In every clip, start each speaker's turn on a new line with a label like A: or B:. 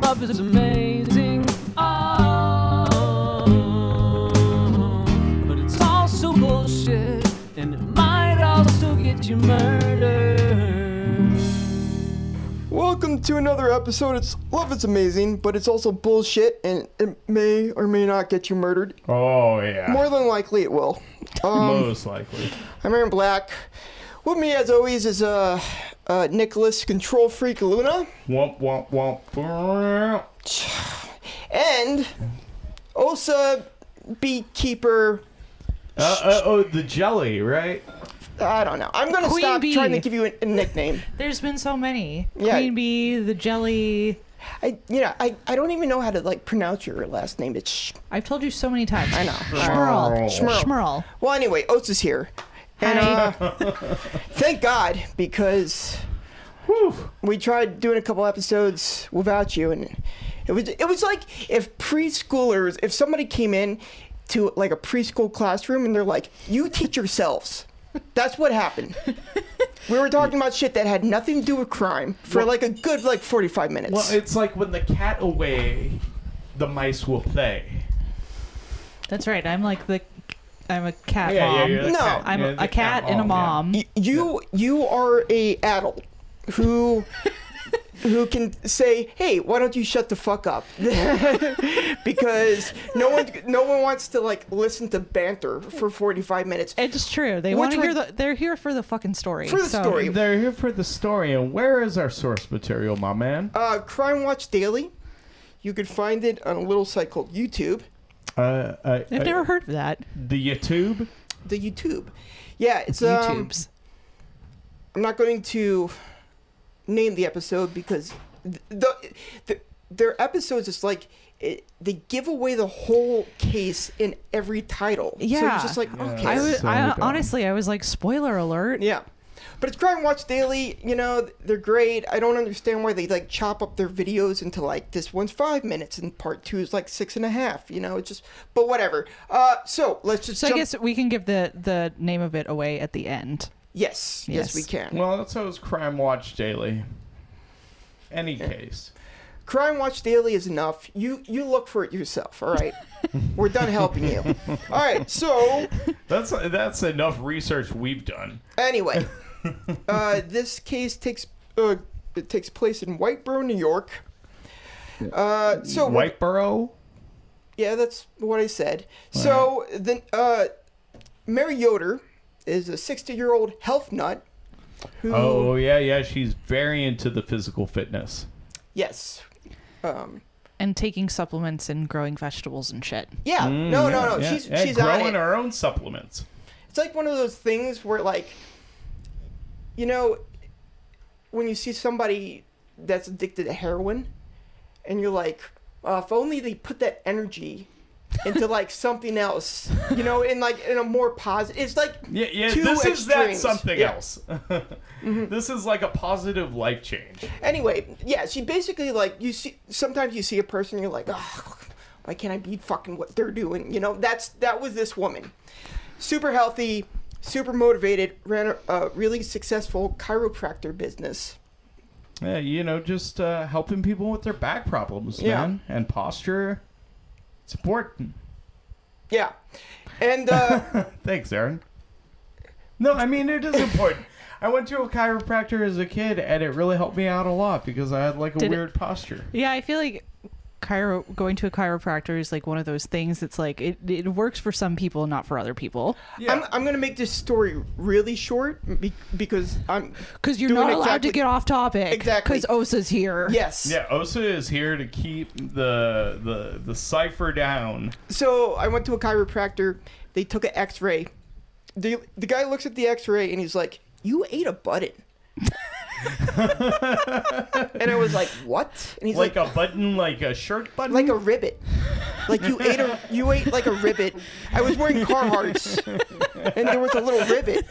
A: Love is amazing. Oh, but it's also bullshit, and it might also get you murdered.
B: Welcome to another episode. It's love is amazing, but it's also bullshit, and it may or may not get you murdered.
C: Oh yeah.
B: More than likely, it will. Um,
C: Most likely.
B: I'm Aaron Black. With me, as always, is uh, uh Nicholas Control Freak Luna,
C: Womp womp womp. brrrr.
B: and Osa Beekeeper.
C: Uh, uh, oh, the jelly, right?
B: I don't know. I'm gonna
D: Queen
B: stop
D: bee.
B: trying to give you a, a nickname.
D: There's been so many.
B: Yeah.
D: Queen bee, the jelly.
B: I, you know, I, I don't even know how to like pronounce your last name. It's sh-
D: I've told you so many times.
B: I know.
D: Schmerl.
C: Schmerl.
D: Schmerl.
B: Well, anyway, Oats is here. And
D: Hi.
B: uh, thank God, because
C: Whew.
B: we tried doing a couple episodes without you, and it was it was like if preschoolers, if somebody came in to like a preschool classroom and they're like, "You teach yourselves." That's what happened. We were talking about shit that had nothing to do with crime for
C: Well-
B: like a good like forty five minutes.
C: Well, it's like when the cat away, the mice will play.
D: That's right. I'm like the. I'm a cat
C: Yeah, yeah,
D: mom.
C: you're the
B: No.
C: cat.
D: I'm
C: you're
D: a
C: the
D: cat and a mom.
B: Y- you you are a adult who who can say hey why don't you shut the fuck up because no one no one wants to like listen to banter for 45 minutes
D: It's true. They
B: Which
D: want to hear
B: would-
D: the. They're here for the fucking story.
B: For the
D: so-
B: story.
C: They're here for the story, and where is our source material, my man?
B: uh crime watch daily you could find it on a little site called youtube
C: Uh, uh,
D: I've
C: uh,
D: never heard of that.
C: the YouTube.
B: the youtube yeah it's um,
D: YouTube's.
B: i'm not going to name the episode because th- the, the their episodes is like it, they give away the whole case in every title. so
D: Yeah.
B: you're just like
C: Yeah.
B: okay,
D: I was.
C: So
D: I,
C: dumb.
D: honestly, I was like, spoiler alert.
B: yeah. But it's Crime Watch Daily. You know they're great. I don't understand why they like chop up their videos into like this one's five minutes and part two is like six and a half. You know, it's just but whatever. Uh, so let's just
D: So
B: jump.
D: I guess we can give the the name of it away at the end.
B: yes, yes,
D: Yes.
B: we can.
C: Well, that's how it's Crime Watch Daily. Any case.
B: Crime Watch Daily is enough. You you look for it yourself. All right, we're done helping you. All right, so
C: That's that's enough research we've done.
B: Anyway, uh, this case takes uh, it takes place in Whiteboro, New York. Uh,
D: Oh,
B: so
C: Whiteboro.
B: yeah, that's what I said. So then, uh, Mary Yoder is a 60 year old health nut. Who,
C: Oh yeah, yeah. She's very into the physical fitness.
B: yes. Um,
D: And taking supplements and growing vegetables and shit.
B: yeah,
C: Mm,
B: Uh, no,
C: yeah,
B: no, no.
C: yeah.
B: She's
C: Yeah,
B: she's on
C: growing
B: it.
C: her own supplements.
B: It's like one of those things where, like, you know, when you see somebody that's addicted to heroin, and you're like, oh, if only they put that energy into like something else, you know, in like in a more positive. It's like
C: Yeah, yeah.
B: Two
C: this is that
B: extremes.
C: something
B: Yeah. Mm-hmm.
C: else. This is like a positive life change.
B: anyway, yeah. She basically like you see. Sometimes you see a person, you're like, oh, why can't I be fucking what they're doing? You know, that's that was this woman, super healthy, super motivated, ran a, a really successful chiropractor business.
C: Yeah, you know, just uh, helping people with their back problems,
B: Yeah.
C: man, and posture. It's important.
B: Yeah. And uh,
C: Thanks, Aaron. No, I mean it is important. I went to a chiropractor as a kid, and it really helped me out a lot because I had like a
D: Did it-
C: weird posture.
D: Yeah, I feel like chiro going to a chiropractor is like one of those things that's like it, it works for some people, not for other people.
B: I'm, I'm going to make this story really short be- because I'm.
D: Because you're
B: Doing
D: not allowed
B: exactly-
D: to get off topic.
B: Exactly.
D: Because Osa's here.
B: Yes.
C: Yeah, Osa is here to keep the the the cipher down.
B: So I went to a chiropractor. They took an x ray. The, the guy looks at the x ray and he's like, You ate a button. and I was like, What? And he's like,
C: like, a button, like a shirt button.
B: like a ribbit. Like you ate a you ate like a ribbit. I was wearing Carhartts, and there was a little ribbit.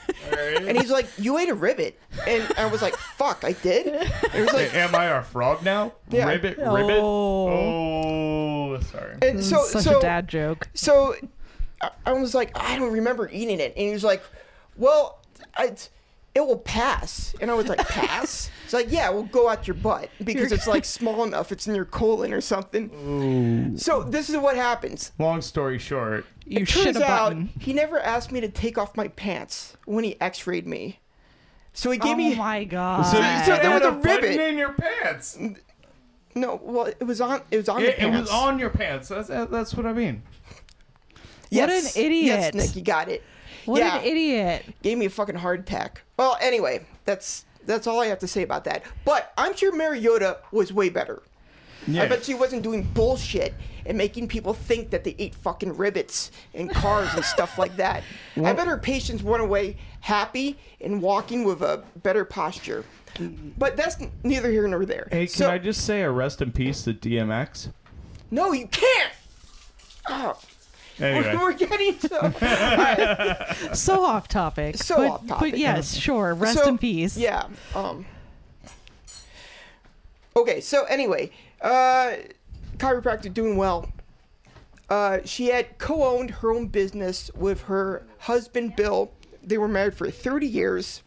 B: And he's like, "You ate a ribbit," and I was like, "Fuck, I did." And it was like,
C: Am I a frog now?
B: Yeah.
C: Ribbit,
D: Oh.
C: ribbit. Oh, sorry.
B: and so
D: Such
B: so
D: a dad joke.
B: so I- I was like, I don't remember eating it. And he was like, Well, I, it will pass. And I was like, pass? It's like, yeah, it will go out your butt because it's like small enough. It's in your colon or something.
C: Ooh.
B: So this is what happens.
C: Long story short,
D: You
B: it
D: shit
B: turns
D: a
B: out
D: button.
B: he never asked me to take off my pants when he x-rayed me. So he gave
D: oh
B: me
D: my god.
B: So-
C: you
B: so there
C: had
B: was a
C: button
B: ribbon.
C: in your pants.
B: no. Well, it was on. It was on the
C: It, it
B: pants.
C: was on your pants. That's that's what I mean.
D: What
B: Yes.
D: an idiot.
B: Yes, Nick, you got it.
D: what
B: yeah,
D: an idiot.
B: gave me a fucking heart attack. Well, anyway, that's that's all I have to say about that. But I'm sure Mariota was way better.
C: Yeah.
B: I bet she wasn't doing bullshit and making people think that they ate fucking ribbits and cars and stuff like that. I bet her patients went away happy and walking with a better posture. But that's n- neither here nor there.
C: Hey, can
B: So-
C: I just say a rest in peace to DMX?
B: No, you can't. Oh,
C: Anyway,
B: we're getting to.
D: So off topic.
B: So
D: but,
B: off topic.
D: But yes, sure. Rest
B: So,
D: in peace.
B: Yeah. Um. Okay. So anyway, uh, chiropractor doing well. Uh, she had co-owned her own business with her husband Bill. They were married for 30 years.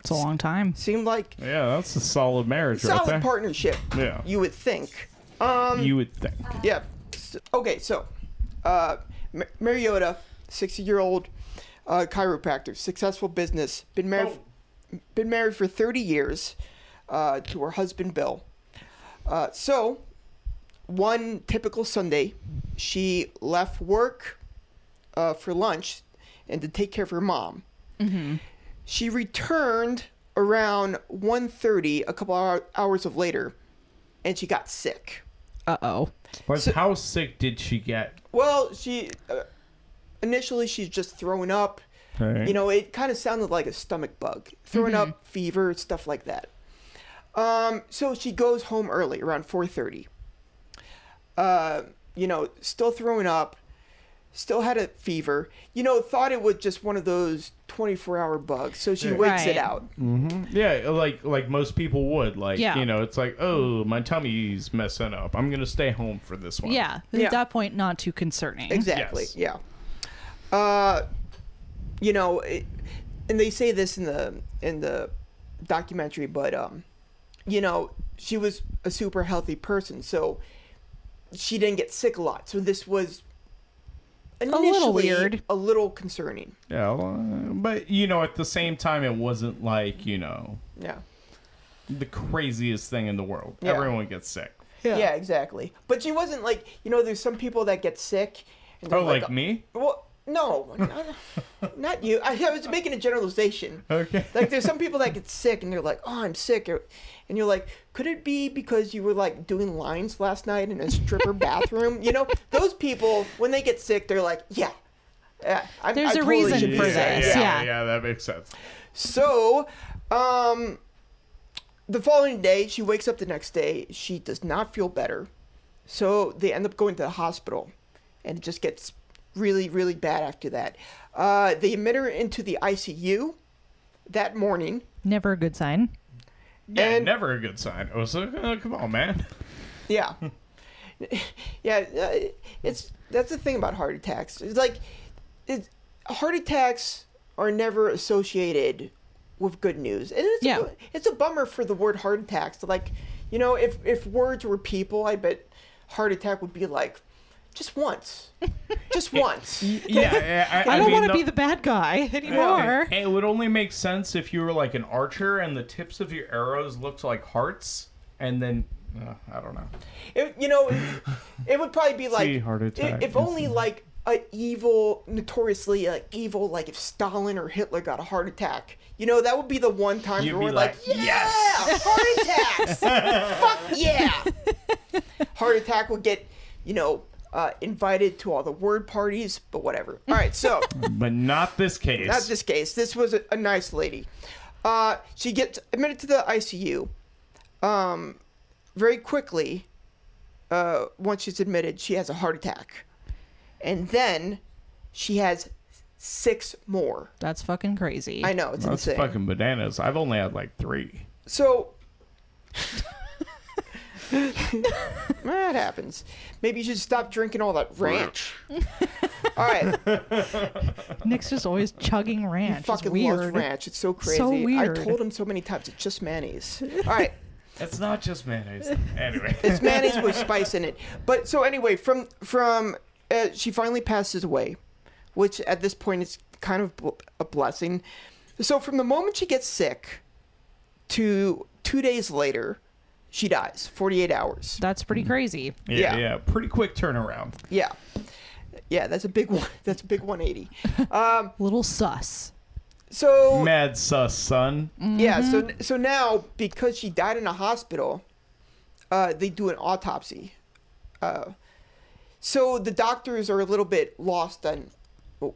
D: It's a long time.
B: Seemed like
C: yeah, that's a solid marriage right there.
B: solid partnership.
C: Yeah.
B: You would think.
C: you would think.
B: Yeah. S okay, so uh, M- Mariota, 60 year old uh, chiropractor, successful business, been married, been married for 30 years uh, to her husband Bill. Uh, so, one typical Sunday, she left work uh, for lunch and to take care of her mom. She returned around 1.30, a couple hour- hours of later, and she got sick.
D: Uh oh.
C: But how sick did she get?
B: Well, she uh, initially she's just throwing up.
C: Right.
B: You know, it kind of sounded like a stomach bug, throwing up, fever, stuff like that. Um, so she goes home early, around four thirty. Uh, you know, still throwing up, still had a fever. You know, thought it was just one of those twenty-four hour bugs. So she waits
D: Right.
B: it out.
C: Yeah, like like most people would. Like
D: Yeah.
C: you know, it's like, oh, my tummy's messing up. I'm gonna stay home for this one.
D: Yeah.
B: Yeah.
D: At that point, not too concerning.
B: Exactly.
C: Yes.
B: Yeah. Uh, you know, it, and they say this in the in the documentary, but um, you know, she was a super healthy person, so she didn't get sick a lot. So this was
D: little
B: initially
D: weird.
B: a little concerning.
C: Yeah. well, uh, but you know, at the same time, it wasn't like you know
B: Yeah.
C: the craziest thing in the world.
B: Yeah.
C: Everyone gets sick.
B: yeah. exactly. But she wasn't like you know. There's some people that get sick. And they're
C: Oh, like me?
B: Well, no, not, not you. I, I was making a generalization.
C: Okay.
B: Like there's some people that get sick and they're like, "Oh, I'm sick," or- and you're like, "Could it be because you were like doing lines last night in a stripper bathroom?" You know, those people when they get sick, they're like, "Yeah, yeah I,
D: There's
B: I
D: a
B: totally
D: reason
B: should be
D: for
B: sick."
C: yeah,
D: this,
C: yeah,
D: yeah.
C: yeah, that makes sense.
B: So, um, the following day, she wakes up the next day. She does not feel better. So they end up going to the hospital. And it just gets really, really bad after that. Uh, they admit her into the ICU that morning.
D: Never a good sign.
C: Yeah,
B: And-
C: never a good sign. I was like, oh, come on, man.
B: Yeah. yeah. uh, It's that's the thing about heart attacks. It's like, it's, heart attacks are never associated with good news, and it's
D: Yeah.
B: a, bu- it's a bummer for the word heart attacks. Like, you know, if if words were people, I bet heart attack would be like, just once, just once.
C: yeah, I,
D: I, don't
C: mean,
D: want to be the bad guy anymore.
C: It, it would only make sense if you were like an archer and the tips of your arrows looked like hearts, and then uh, I don't know.
B: It, you know, it- it would probably be like
C: See, heart
B: i-
C: attack,
B: if
C: you
B: only
C: see.
B: like a evil, notoriously like evil, like if Stalin or Hitler got a heart attack. You know, that would be the one time
C: You'd
B: where
C: be
B: we're like,
C: like,
B: yeah,
C: "Yes!"
B: heart attacks, fuck yeah. Heart attack would get, you know, uh, invited to all the word parties, but whatever. All right, so
C: But not this case.
B: not this case. This was a, a nice lady. Uh, she gets admitted to the ICU. Um, very quickly, uh, once she's admitted, she has a heart attack, and then she has six more.
D: That's fucking crazy.
B: I know it's
C: That's
B: insane.
C: fucking bananas. I've only had like three.
B: So, That happens. Maybe you should stop drinking all that ranch. all right.
D: Nick's just always chugging ranch. It's
B: Fucking loves
D: weird.
B: ranch. It's so crazy.
D: So weird.
B: I told him so many times. It's just mayonnaise. All right.
C: It's not just mayonnaise. Anyway.
B: It's mayonnaise with spice in it. But so anyway, from from uh, she finally passes away, which at this point is kind of bl- a blessing. So from the moment she gets sick to two days later, she dies. Forty eight hours.
D: That's pretty crazy.
C: yeah,
B: Yeah.
C: yeah. Pretty quick turnaround.
B: Yeah, yeah. That's a big one. That's a big one eighty.
D: Little sus.
B: So
C: Mad sus, son.
B: yeah. So so now because she died in a hospital, uh, they do an autopsy. Uh, so the doctors are a little bit lost on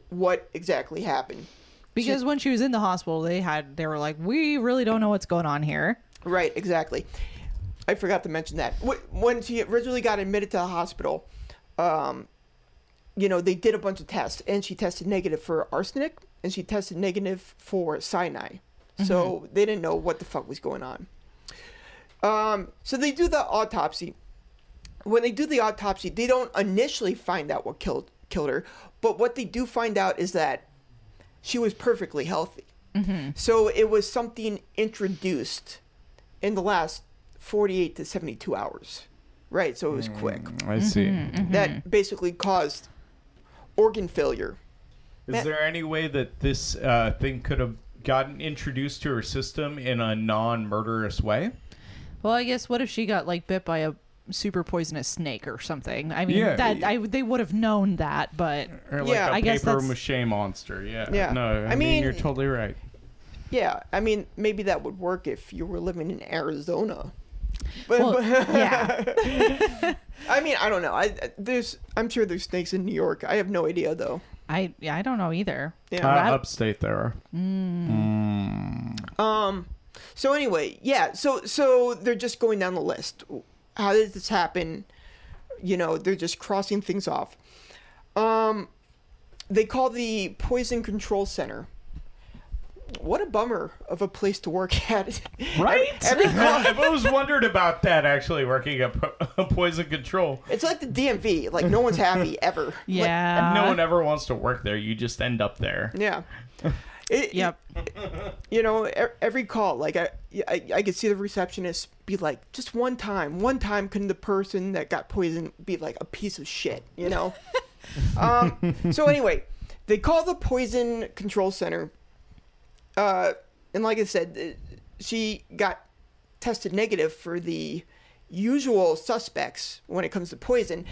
B: what exactly happened.
D: Because when she was in the hospital, they had they were like, we really don't know what's going on here.
B: Right, exactly. I forgot to mention that. Wh- When she originally got admitted to the hospital, um, you know, they did a bunch of tests, and she tested negative for arsenic, and she tested negative for cyanide. So they didn't know what the fuck was going on. Um, so they do the autopsy. When they do the autopsy, they don't initially find out what killed killed her, but what they do find out is that she was perfectly healthy. So it was something introduced in the last 48 to 72 hours, right? So it was quick.
C: I see.
D: Mm-hmm,
B: That basically caused organ failure.
C: Is there any way that this uh, thing could have gotten introduced to her system in a non-murderous way?
D: Well, I guess what if she got like bit by a super poisonous snake or something? I mean,
C: Yeah.
D: that I they would have known that, but
C: Or like
B: Yeah,
C: a
D: I guess
C: paper
D: that's-
C: mache monster. Yeah.
B: Yeah.
C: No, I,
B: I
C: mean,
B: mean-
C: you're totally right.
B: Yeah, I mean, maybe that would work if you were living in Arizona. But,
D: well,
B: but-
D: yeah.
B: I mean, I don't know. I there's I'm sure there's snakes in New York. I have no idea though.
D: I yeah, I don't know either.
B: Yeah.
C: Uh,
D: Rab-
C: upstate there are.
B: Um so anyway, yeah, so so they're just going down the list. How did this happen? You know, they're just crossing things off. Um they call the Poison Control Center. What a bummer of a place to work at.
C: Right?
B: Every-
C: I've always wondered about that actually, working at po- poison control.
B: It's like the DMV. Like no one's happy ever.
D: Yeah.
C: no one ever wants to work there. You just end up there.
B: Like, yeah. It,
D: Yep.
B: you know e- every call like I, I i could see the receptionist be like just one time one time couldn't the person that got poisoned be like a piece of shit you know um so anyway they call the poison control center uh and like i said th- she got tested negative for the usual suspects when it comes to poison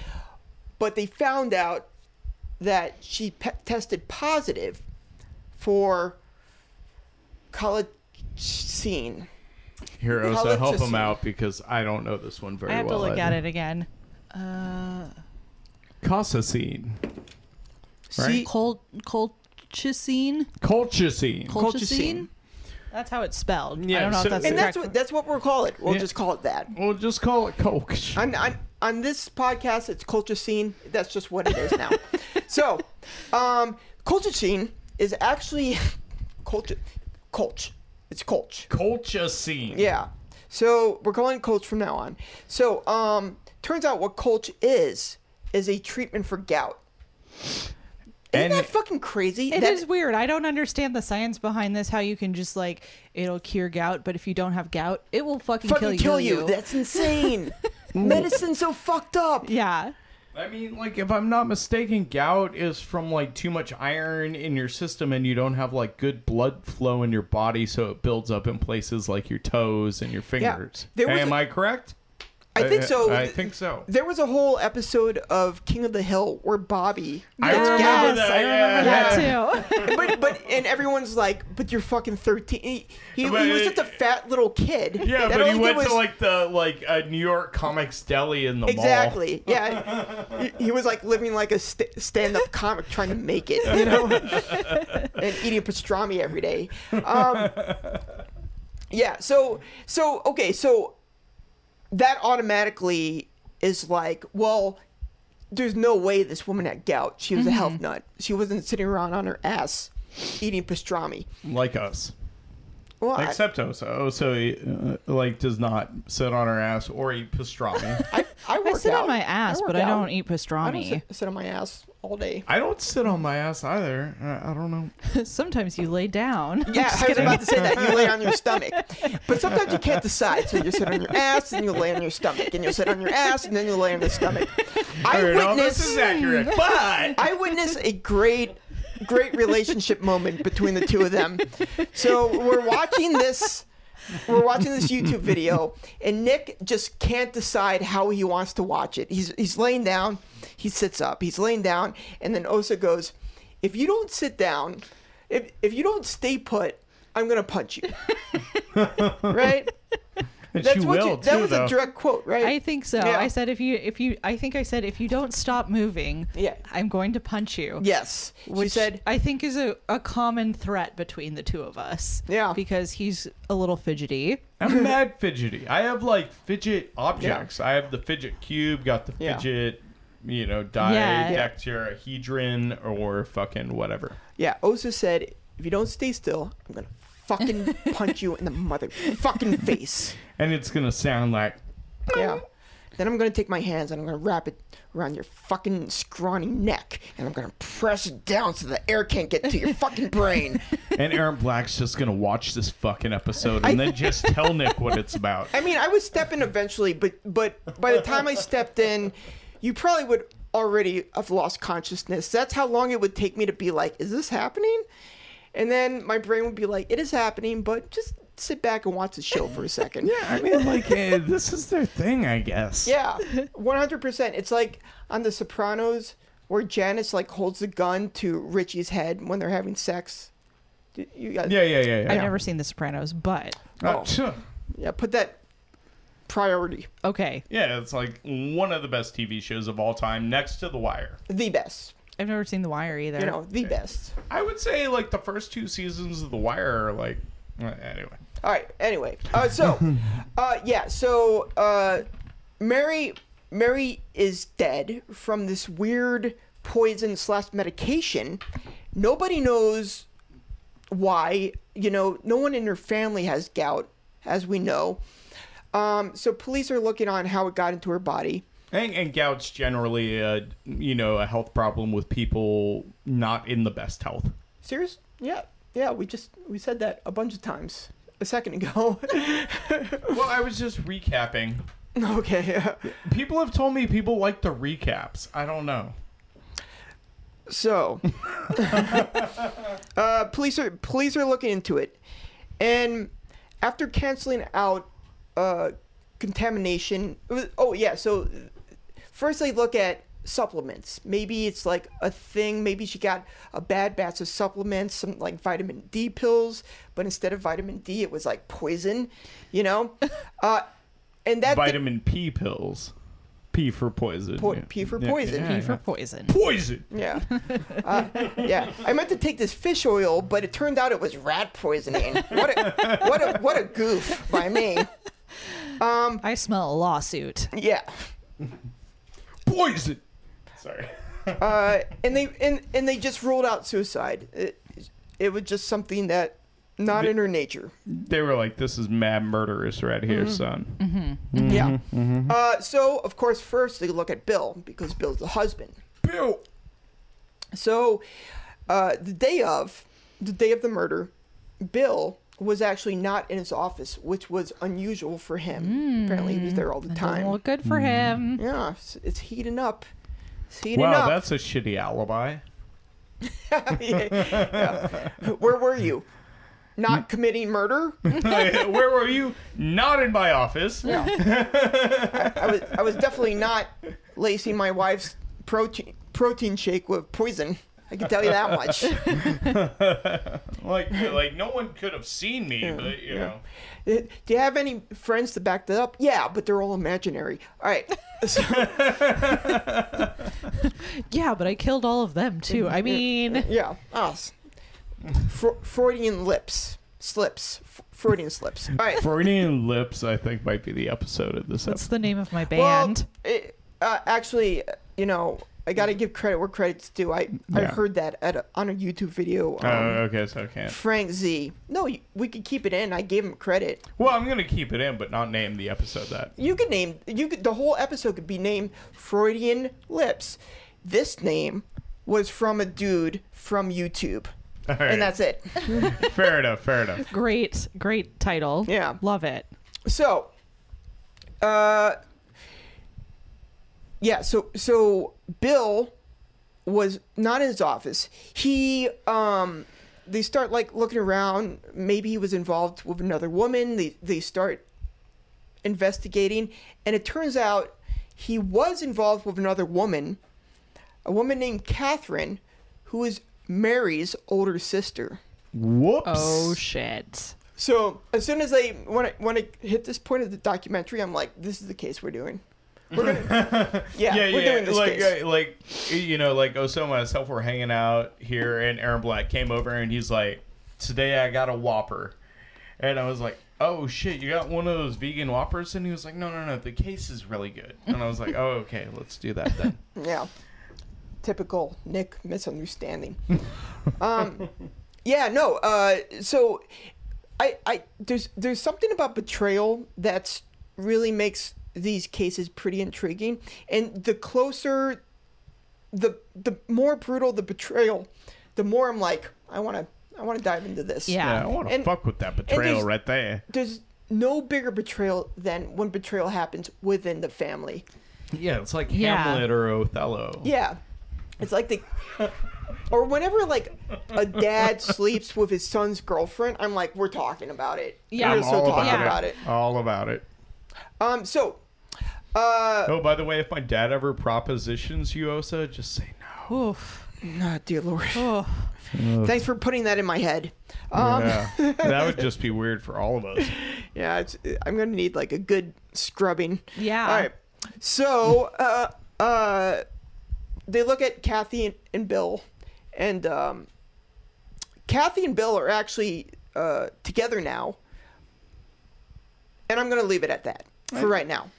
B: but they found out that she pe- tested positive for colchicine.
C: Heroes,
B: How
C: so help
B: interesting.
C: them out because I don't know this one very
D: I have
C: well.
D: to look at it again. Uh,
C: Colchicine.
B: C-
D: Col colchicine.
B: Colchicine.
C: Colchicine.
D: Colchicine. That's how it's spelled. I
C: Yeah,
D: don't know
C: so-
D: if that's
B: and
D: the
B: that's
D: correct.
B: what that's what we'll call it. We'll
C: Yeah.
B: just call it that.
C: Well, just call it Coke.
B: On, on on this podcast, it's colchicine. That's just what it is now. so, um, colchicine is actually colch, colch. It's colch.
C: Colchicine.
B: Yeah. So we're calling it colch from now on. So, um, turns out what colch is is a treatment for gout. Isn't
C: And-
B: that fucking crazy?
D: It is
B: That-
D: weird. I don't understand the science behind this. How you can just like it'll cure gout, but if you don't have gout, it will fucking,
B: fucking
D: kill, you,
B: kill you. That's insane. Medicine's so fucked up.
D: yeah.
C: I mean, like, if I'm not mistaken, gout is from like too much iron in your system, and you don't have like good blood flow in your body, so it builds up in places like your toes and your fingers.
B: There was
C: Am
B: a-
C: I correct? Uh,
B: I think so.
C: I think so.
B: There was a whole episode of King of the Hill where Bobby,
C: I remember
B: gout.
C: that.
D: I
C: yeah.
D: remember that too.
B: but but and everyone's like, but you're fucking thirteen. He, he,
C: But
B: he was
C: it-
B: just a fat little kid.
C: Yeah,
B: that
C: but
B: all
C: he
B: did
C: went
B: was-
C: to like the like uh, New York Comics Deli in the mall.
B: exactly. Yeah, he, he was like living like a st- stand-up comic trying to make it, you know, and eating pastrami every day. Um, yeah. So so okay. So that automatically is like, well, there's no way this woman had gout. She was a
D: Mm-hmm.
B: health nut. She wasn't sitting around on her ass eating pastrami.
C: Like us.
B: Well, I-
C: Except Oso. Oso uh, like does not sit on her ass or eat pastrami.
B: I, I,
D: I
B: work
D: sit
B: out.
D: on my ass,
B: work
D: but I
B: out.
D: don't eat
B: I don't
D: pastrami.
B: sit, sit on my ass all day.
C: I don't sit on my ass either. I, I don't know.
D: Sometimes you lay down.
B: Yeah, I was about to say that. You lay on your stomach. But sometimes you can't decide. So you sit on your ass and you lay on your stomach. And you sit on your ass and then you lay on your stomach. I
C: All right, all
B: witnessed,
C: this is accurate, but
B: I witnessed a great, great relationship moment between the two of them. So we're watching this. We're watching this YouTube video, and Nick just can't decide how he wants to watch it. He's he's laying down, he sits up, he's laying down, and then Osa goes, "If you don't sit down, if if you don't stay put, I'm gonna punch you." right?
C: and
B: That's
C: she
B: what
C: will
B: you,
C: too.
B: that was
C: though.
B: a direct quote, right?
D: I think so.
B: Yeah.
D: I said if you if you I think I said if you don't stop moving,
B: Yeah.
D: I'm going to punch you.
B: yes.
D: Which
B: she said,
D: I think is a, a common threat between the two of us.
B: Yeah.
D: Because he's a little fidgety.
C: I'm mad fidgety. I have like fidget objects. I have the fidget cube, got the
B: Yeah.
C: fidget, you know,
D: Yeah.
C: dodecahedron or fucking whatever.
B: Yeah, Osa said, if you don't stay still, I'm gonna fucking punch you in the mother fucking face.
C: And it's gonna sound like
B: Yeah. Then I'm gonna take my hands and I'm gonna wrap it around your fucking scrawny neck and I'm gonna press it down so the air can't get to your fucking brain.
C: and Aaron Black's just gonna watch this fucking episode and then just tell Nick what it's about.
B: I mean, I would step in eventually, but but by the time I stepped in, you probably would already have lost consciousness. That's how long it would take me to be like, is this happening? And then my brain would be like, it is happening, but just sit back and watch the show for a second.
C: Yeah, I mean, like eh, this is their thing, I guess.
B: Yeah, one hundred percent. It's like on The Sopranos where Janice like holds the gun to Richie's head when they're having sex. You- You got,
C: Yeah, yeah, yeah, yeah.
D: I've never seen The Sopranos, but
C: Uh,
B: Oh.
C: sure.
B: yeah. Put that priority,
D: okay.
C: yeah, it's like one of the best TV shows of all time, next to The Wire.
B: the best.
D: I've never seen The Wire either.
B: You know, the best.
C: I would say like the first two seasons of The Wire are like eh, anyway.
B: All right. Anyway, uh, so, uh, yeah. So, uh, Mary, Mary is dead from this weird poison slash medication. Nobody knows why. You know, no one in her family has gout, as we know. Um, so police are looking on how it got into her body.
C: And, and gout's generally, a, you know, a health problem with people not in the best health.
B: Serious? Yeah, yeah. We just we said that a bunch of times a second ago.
C: Well, I was just recapping.
B: okay.
C: People have told me people like the recaps. I don't know.
B: So, uh, police are police are looking into it, and after canceling out uh, contamination, it was- oh yeah, so first they look at supplements. Maybe it's like a thing. Maybe she got a bad batch of supplements, some like vitamin D pills, but instead of vitamin D, it was like poison, you know. Uh, and that did-
C: Vitamin P pills. P for poison.
B: Po- P for poison.
D: P for poison.
C: poison.
B: Yeah. Uh, yeah. I meant to take this fish oil, but it turned out it was rat poisoning. What a what a what a goof by me.
D: I smell a lawsuit.
B: Yeah.
C: Poison. Sorry.
B: Uh, and they and, and they just ruled out suicide. It, it was just something that not in her nature.
C: They were like, "This is mad murderous right here, son."
B: Yeah. Uh, so of course first they look at Bill because Bill's the husband.
C: Bill.
B: So, uh, the day of, the day of the murder, Bill was actually not in his office, which was unusual for him. Apparently, he was there all the time.
D: Well, good for him.
B: Yeah, it's, it's heating up. It's heating
C: Wow,
B: up.
C: that's a shitty alibi.
B: Yeah, yeah. Where were you?
C: Mm.
B: Not committing murder?
C: Where were you? Not in my office.
B: Yeah. I, I was I was definitely not lacing my wife's protein protein shake with poison. I can tell you that much.
C: Like, like no one could have seen me, but you know.
B: Uh, Do you have any friends to back that up? Yeah, but they're all imaginary. All right. So,
D: Yeah, but I killed all of them too. I mean,
B: Mm-hmm. yeah, us. Fro- Freudian lips. Slips. F- Freudian slips. All right.
C: Freudian lips, I think, might be the episode of this
D: what's
C: episode.
D: the name of my band?
B: Well, it, uh, actually, eh, you know, I gotta give credit where credit's due. I I
C: Yeah.
B: heard that at a, on a YouTube video.
C: Oh,
B: Um,
C: okay, so I can't.
B: Frank Z. No, you- we could keep it in. I gave him credit.
C: Well, I'm gonna keep it in, but not name the episode that.
B: You could name you could the whole episode could be named Freudian Lips. This name was from a dude from YouTube,
C: All right.
B: and that's it.
C: fair enough. Fair enough.
D: Great, great title.
B: Yeah.
D: Love it.
B: So, uh, yeah. So so Bill was not in his office. He um, they start like looking around. Maybe he was involved with another woman. They they start investigating, and it turns out he was involved with another woman, a woman named Catherine, who is Mary's older sister.
C: Whoops.
D: Oh shit.
B: So as soon as they when I when I hit this point of the documentary, I'm like, this is the case we're doing. We're gonna, yeah,
C: yeah,
B: we're
C: yeah.
B: doing this
C: like,
B: case.
C: uh, like you know, like Oso and myself were hanging out here, and Aaron Black came over, and he's like, "Today I got a Whopper," and I was like, "Oh shit, you got one of those vegan Whoppers?" And he was like, "No, no, no, the case is really good," and I was like, "Oh, okay, let's do that then."
B: yeah, typical Nick misunderstanding. um, yeah, no. Uh, so I I there's there's something about betrayal that's really makes these cases pretty intriguing, and the closer, the the more brutal the betrayal, the more I'm like, I wanna I wanna dive into this.
D: Yeah.
C: yeah, I want to
B: And-
C: fuck with that
B: there's-
C: betrayal right there.
B: there's no bigger betrayal than when betrayal happens within the family.
C: Yeah, it's like
D: Yeah.
C: Hamlet or Othello.
B: Yeah. It's like the or whenever like a dad sleeps with his son's girlfriend, I'm like, we're talking about it.
D: Yeah.
B: We're
C: I'm
D: just
B: so
C: all
B: talking
C: about,
B: about
C: it.
B: it.
C: All about it.
B: Um so uh
C: Oh, by the way, if my dad ever propositions you, Osa, just say no.
D: Oof.
B: oh, dear lord.
D: Oh.
B: Thanks for putting that in my head. Um yeah,
C: yeah, that would just be weird for all of us.
B: it's, I'm gonna need like a good scrubbing.
D: Yeah.
B: All right. So, uh, uh, they look at Kathy and, and Bill, and um, Kathy and Bill are actually uh, together now. And I'm gonna leave it at that for right now.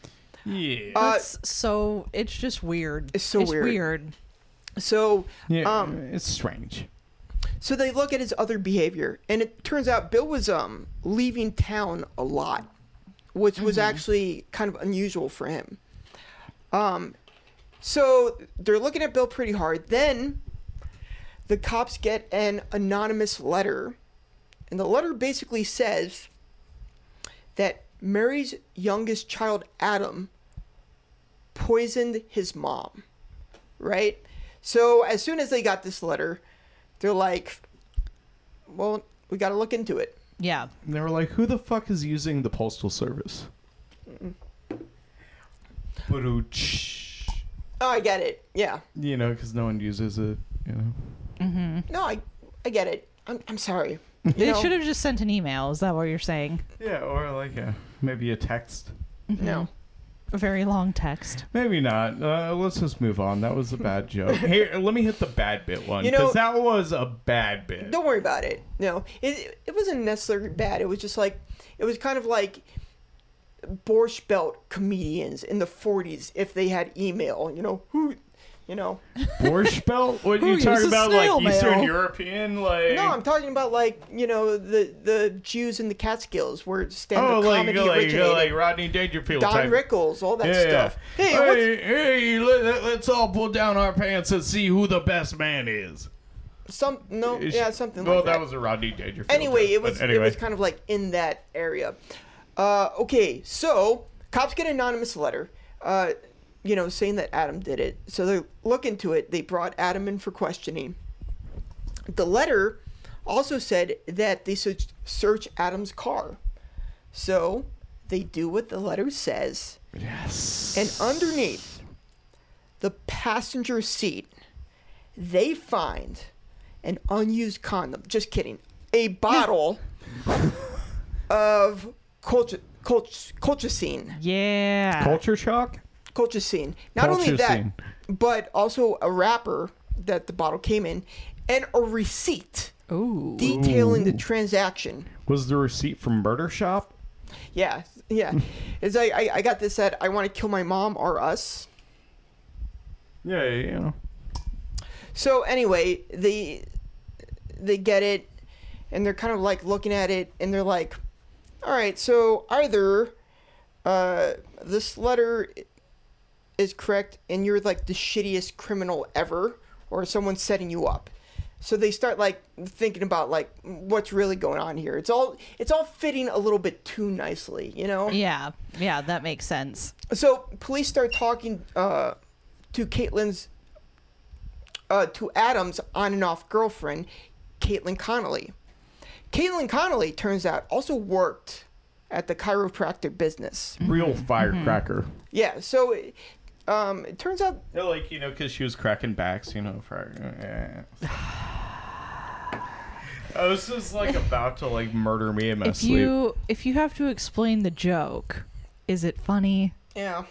C: Yeah.
B: Uh,
D: That's so. It's just weird.
B: It's so weird. So,
C: Yeah,
B: um,
C: it's strange.
B: so they look at his other behavior, and it turns out Bill was um leaving town a lot, which was actually kind of unusual for him. Um, so they're looking at Bill pretty hard. Then the cops get an anonymous letter, and the letter basically says that Mary's youngest child, Adam, poisoned his mom, right? So as soon as they got this letter, they're like, well, we got to look into it.
D: Yeah.
C: And they were like, "Who the fuck is using the postal service?" Ba-doo-tsh.
B: Oh, I get it. Yeah.
C: You know, because no one uses it. You know.
B: No, I, I get it. I'm, I'm sorry. You
D: They
B: know?
D: should have just sent an email. Is that what you're saying?
C: Yeah, or like a maybe a text.
B: No.
D: A very long text.
C: Maybe not. Uh, let's just move on. That was a bad joke. Here, let me hit the bad bit one
B: You
C: because
B: know-
C: that was a bad bit.
B: Don't worry about it. No, it, it wasn't necessarily bad. It was just like, it was kind of like Borscht Belt comedians in the 40s if they had email, you know, who, you know.
C: Borscht Belt? What
D: Who
C: you talking
D: uses
C: about?
D: snail
C: Like
D: mail?
C: Eastern European? Like
B: No, I'm talking about like, you know, the, the Jews in the Catskills where stand-up
C: oh, like
B: comedy
C: you like,
B: originated.
C: you like Rodney Dangerfield
B: Don
C: type.
B: Rickles, all that
C: yeah,
B: stuff.
C: yeah.
B: Hey, what's-
C: hey, hey, let, us all pull down our pants and see who the best man is.
B: Some no,
C: It's-
B: yeah, something
C: well,
B: like that.
C: that was a Rodney Dangerfield.
B: anyway,
C: joke,
B: it
C: but
B: was
C: anyway.
B: it was kind of like in that area. Uh, okay, so cops get an anonymous letter, uh, you know, saying that Adam did it. So they look into it. They brought Adam in for questioning. The letter also said that they should search Adam's car. So they do what the letter says.
C: yes.
B: And underneath the passenger seat, they find an unused condom. Just kidding. A bottle of colch- colch- colchicine.
D: Yeah.
C: culture shock.
B: Colchicine. Not only that,
C: Colchicine.
B: but also a wrapper that the bottle came in and a receipt
D: Ooh.
B: detailing the
C: Ooh.
B: transaction.
C: Was the receipt from Murder Shop?
B: Yeah, yeah. It's like I, I got this at I want to kill my mom or us.
C: Yeah, yeah, yeah.
B: So anyway, they they get it, and they're kind of like looking at it, and they're like, "All right, so either uh, this letter is correct, and you're like the shittiest criminal ever, or someone's setting you up." So they start like thinking about like what's really going on here. It's all it's all fitting a little bit too nicely, you know.
D: Yeah, yeah, that makes sense.
B: So police start talking uh, to Caitlin's uh, to Adam's on and off girlfriend, Caitlin Connolly. Caitlin Connolly turns out also worked at the chiropractor business.
C: Real firecracker.
B: Mm-hmm. Yeah, so it- um, it turns out
C: Yeah, Like you know, because she was cracking backs, you know. For yeah. I was just like about to like murder me in my
D: if
C: sleep.
D: you if you have to explain the joke, is it funny?
B: yeah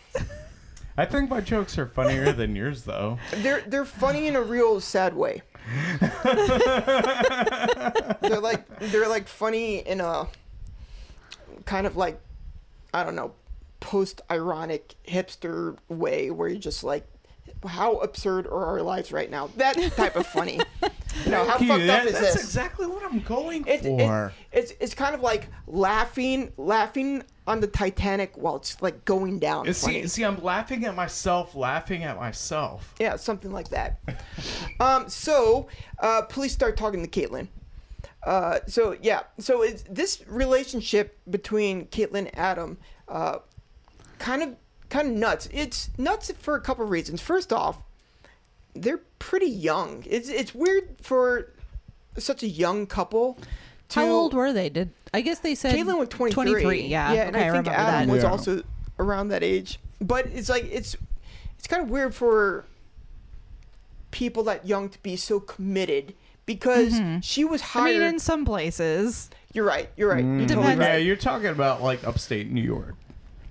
C: I think my jokes are funnier than yours, though.
B: they're they're funny in a real sad way. they're like they're like funny in a kind of like I don't know post ironic hipster way where you're just like how absurd are our lives right now that type of funny you know how fucked up
C: that-
B: is
C: that's
B: this
C: exactly what I'm going
B: it,
C: for.
B: it, it's it's kind of like laughing laughing on the Titanic while it's like going down.
C: And see,
B: funny.
C: see, I'm laughing at myself, laughing at myself.
B: Yeah, something like that. um, so uh, police start talking to Caitlin. Uh, so yeah, so it's, this relationship between Caitlin and Adam, uh, kind of kind of nuts. It's nuts for a couple of reasons. First off, they're pretty young. It's it's weird for such a young couple. To,
D: How old were they? Did I guess they said
B: Caitlin was 23.
D: 23, yeah.
B: yeah,
D: okay,
B: and I, think
D: remember
B: Adam
D: that.
B: was
C: Yeah.
B: also around that age. But it's like it's it's kind of weird for people that young to be so committed because she was
D: Mm-hmm. I
B: hired.
D: mean, in some places,
B: You're right. You're right. You're totally
D: Depends.
C: Yeah,
B: right.
C: you're talking about like upstate New York.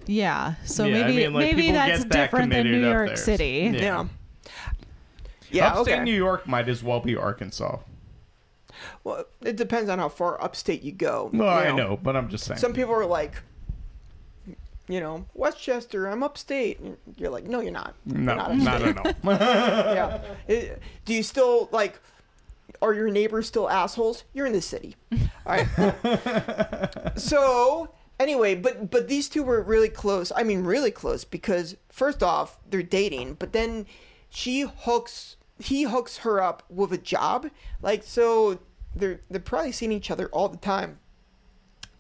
D: yeah. So
C: Yeah, I
D: maybe
C: mean, like,
D: maybe
C: people
D: that's
C: get that
D: different than
C: committed
D: New
C: up
D: York
C: there.
D: City.
C: Yeah.
B: Yeah. Yeah.
C: upstate
B: okay.
C: New York might as well be Arkansas.
B: well, it depends on how far upstate you go.
C: No,
B: you
C: I know, but I'm just saying.
B: Some people are like, you know, Westchester. I'm upstate. And You're like, no, you're not. You're
C: no,
B: not
C: not at all.
B: yeah. It- do you still like? Are your neighbors still assholes? You're in the city. All right. so anyway, but but these two were really close. I mean, really close because first off, they're dating, but then she hooks he hooks her up with a job. Like so, they're they're probably seeing each other all the time.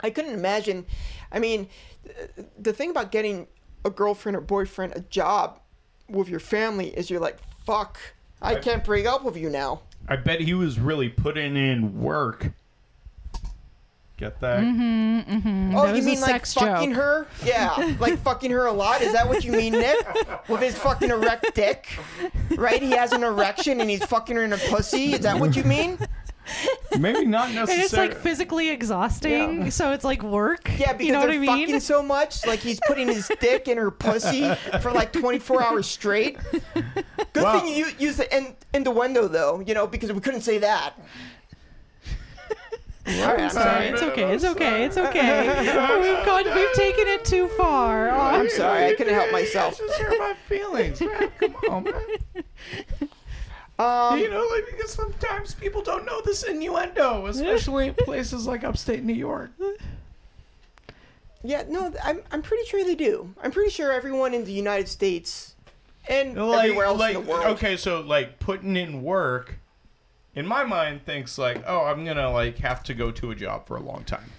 B: I couldn't imagine. I mean, th- the thing about getting a girlfriend or boyfriend a job with your family is you're like, fuck, I can't break up with you now.
C: I bet he was really putting in work. Get that?
B: Mm-hmm. oh,
D: Mm, that
B: you
D: was a
B: mean like
D: sex
B: fucking
D: joke.
B: her? Yeah, like fucking her a lot. Is that what you mean, Nick? With his fucking erect dick, right? He has an erection and he's fucking her in a pussy. Is that what you mean?
C: Maybe not
D: And it's
C: necessarily.
D: like physically exhausting,
B: Yeah.
D: so it's like work.
B: Yeah, because
D: you know what
B: they're
D: I mean.
B: fucking so much. Like he's putting his dick in her pussy for like 24 hours straight. Good
C: Wow.
B: thing you used the end, end the window though, you know, because we couldn't say that. All right, I'm
D: Sorry,
B: sorry.
D: it's okay. It's okay. It's okay. we've gone. We've taken it too far. Oh,
B: I'm sorry. I couldn't help myself.
C: Just hurt my feelings, man. Come on, man.
B: Um,
C: You know, like because sometimes people don't know this innuendo, especially in places like upstate New York.
B: yeah, no, th- I'm, I'm pretty sure they do. I'm pretty sure everyone in the United States and
C: Like,
B: everywhere else
C: like
B: in the world.
C: okay, so like putting in work, in my mind, thinks like, oh, I'm gonna like have to go to a job for a long time.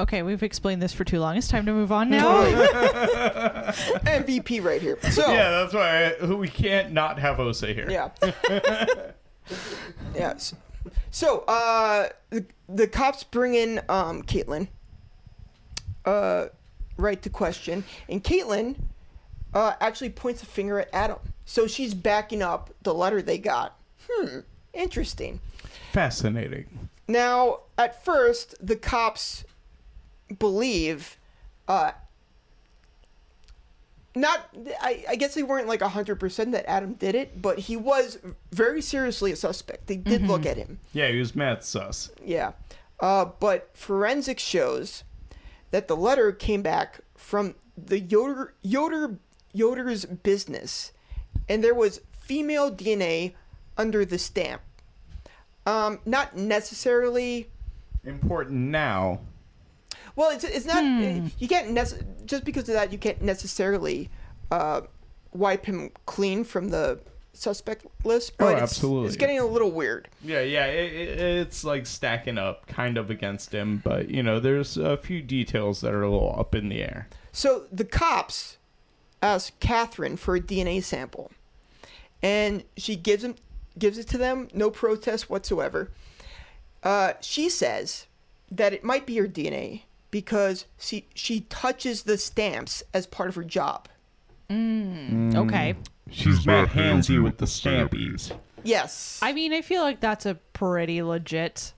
D: Okay, we've explained this for too long. It's time to move on now.
B: MVP right here. So,
C: Yeah, that's why I, we can't not have Ose here.
B: Oh. Yeah. yeah. s- So, uh, the, the cops bring in um, Caitlin, uh, right to question, and Caitlin uh, actually points a finger at Adam. So she's backing up the letter they got. Hmm. Interesting.
C: Fascinating.
B: Now, at first, the cops believe, uh, not, I, I guess they weren't like 100% that Adam did it, but he was very seriously a suspect. They did look at him.
C: Yeah, he was mad sus.
B: Yeah. Uh, but forensics shows that the letter came back from the Yoder, Yoder, Yoder's business and there was female DNA under the stamp. Um, not necessarily.
C: Important now.
B: Well, it's it's not. You can't nec- just because of that. You can't necessarily uh, wipe him clean from the suspect list. But it's,
C: absolutely.
B: It's getting a little weird.
C: Yeah, yeah, it, it, it's like stacking up kind of against him, but you know, there's a few details that are a little up in the air.
B: So the cops ask Catherine for a DNA sample, and she gives him gives it to them, no protest whatsoever. Uh, she says that it might be her DNA because she she touches the stamps as part of her job.
D: Okay.
C: She's mad handsy with the stampies.
B: Yes,
D: I mean, I feel like that's a pretty legit,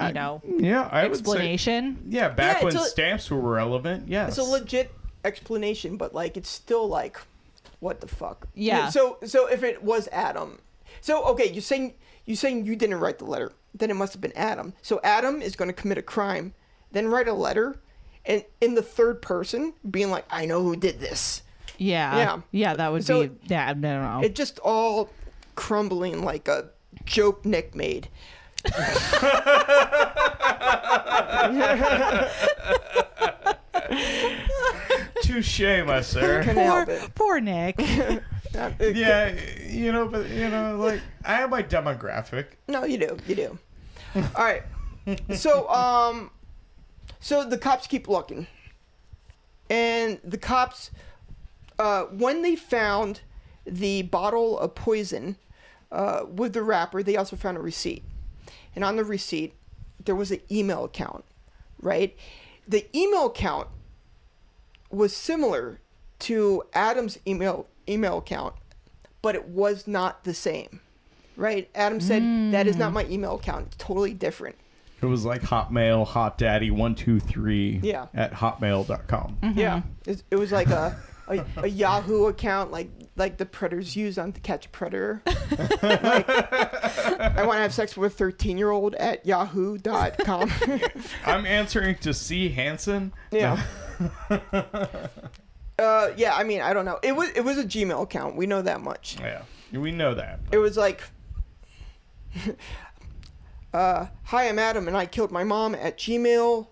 D: you know,
C: Yeah, I would say.
D: explanation.
C: Yeah, back
B: Yeah,
C: when
B: it's a-
C: stamps were relevant. Yes.
B: it's a legit explanation, but like it's still like, what the fuck?
D: Yeah.
B: So so if it was Adam, so okay, you're saying you're saying you didn't write the letter, then it must have been Adam. So Adam is going to commit a crime, then write a letter, and in the third person, being like, I know who did this.
D: Yeah.
B: Yeah.
D: Yeah. that would
B: So-
D: be. Yeah, I don't know.
B: It just all crumbling like a joke Nick made.
C: Touche, my sir.
B: Couldn't help
D: poor,
B: it.
D: poor Nick.
C: yeah, you know, but you know, like I have my demographic.
B: No, you do. You do. All right. So, um, so the cops keep looking, and the cops, uh, when they found the bottle of poison, uh, with the wrapper, they also found a receipt, and on the receipt, there was an email account, right? The email account was similar to Adam's email email account, but it was not the same. Right? Adam said that is not my email account. It's totally different.
C: It was like Hotmail, Hot Daddy, one two three.
B: Yeah. Mm-hmm.
C: At hotmail.com.
B: Yeah. It, it was like a, a a Yahoo account like like the predators use on to catch a predator. like, I want to have sex with a 13-year-old at yahoo.com.
C: I'm answering to C Hansen.
B: yeah. uh yeah, I mean, I don't know. It was it was a Gmail account. We know that much.
C: Yeah, we know that.
B: it was like uh, hi i'm adam and i killed my mom at gmail.com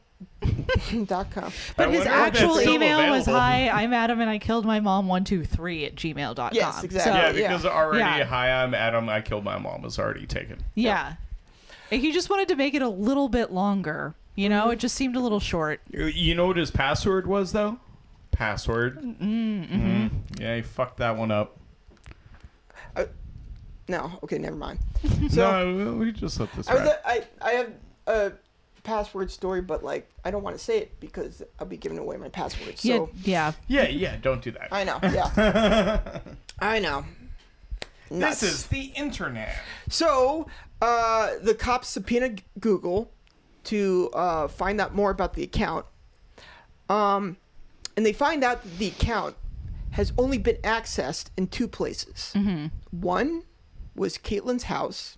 D: But his
C: wonder if that's
D: actual
C: still
D: email was
C: available.
D: hi, I'm Adam and I killed my mom 123 at gmail.com.
B: Yes, exactly.
D: So,
C: yeah,
B: yeah.
C: because already,
D: Uh, Yeah.
C: hi, I'm Adam. I killed my mom was already taken.
D: yeah. He just wanted to make it a little bit longer. You know, it just seemed a little short.
C: You- Uh, You know what his password was though? Password. Mm-hmm. Yeah, he fucked that one up.
B: no okay never mind so
C: no, we just let this.
B: I, was,
C: ride.
B: I, I have a password story but like i don't want to say it because i'll be giving away my password so
D: Yeah. Yeah.
C: Yeah, yeah, don't do that.
B: i know yeah i know
C: this
B: Nuts.
C: is the internet.
B: So uh, the cops subpoenaed Google to uh, find out more about the account. Um, and they find out that the account has only been accessed in two places. One was Caitlin's house,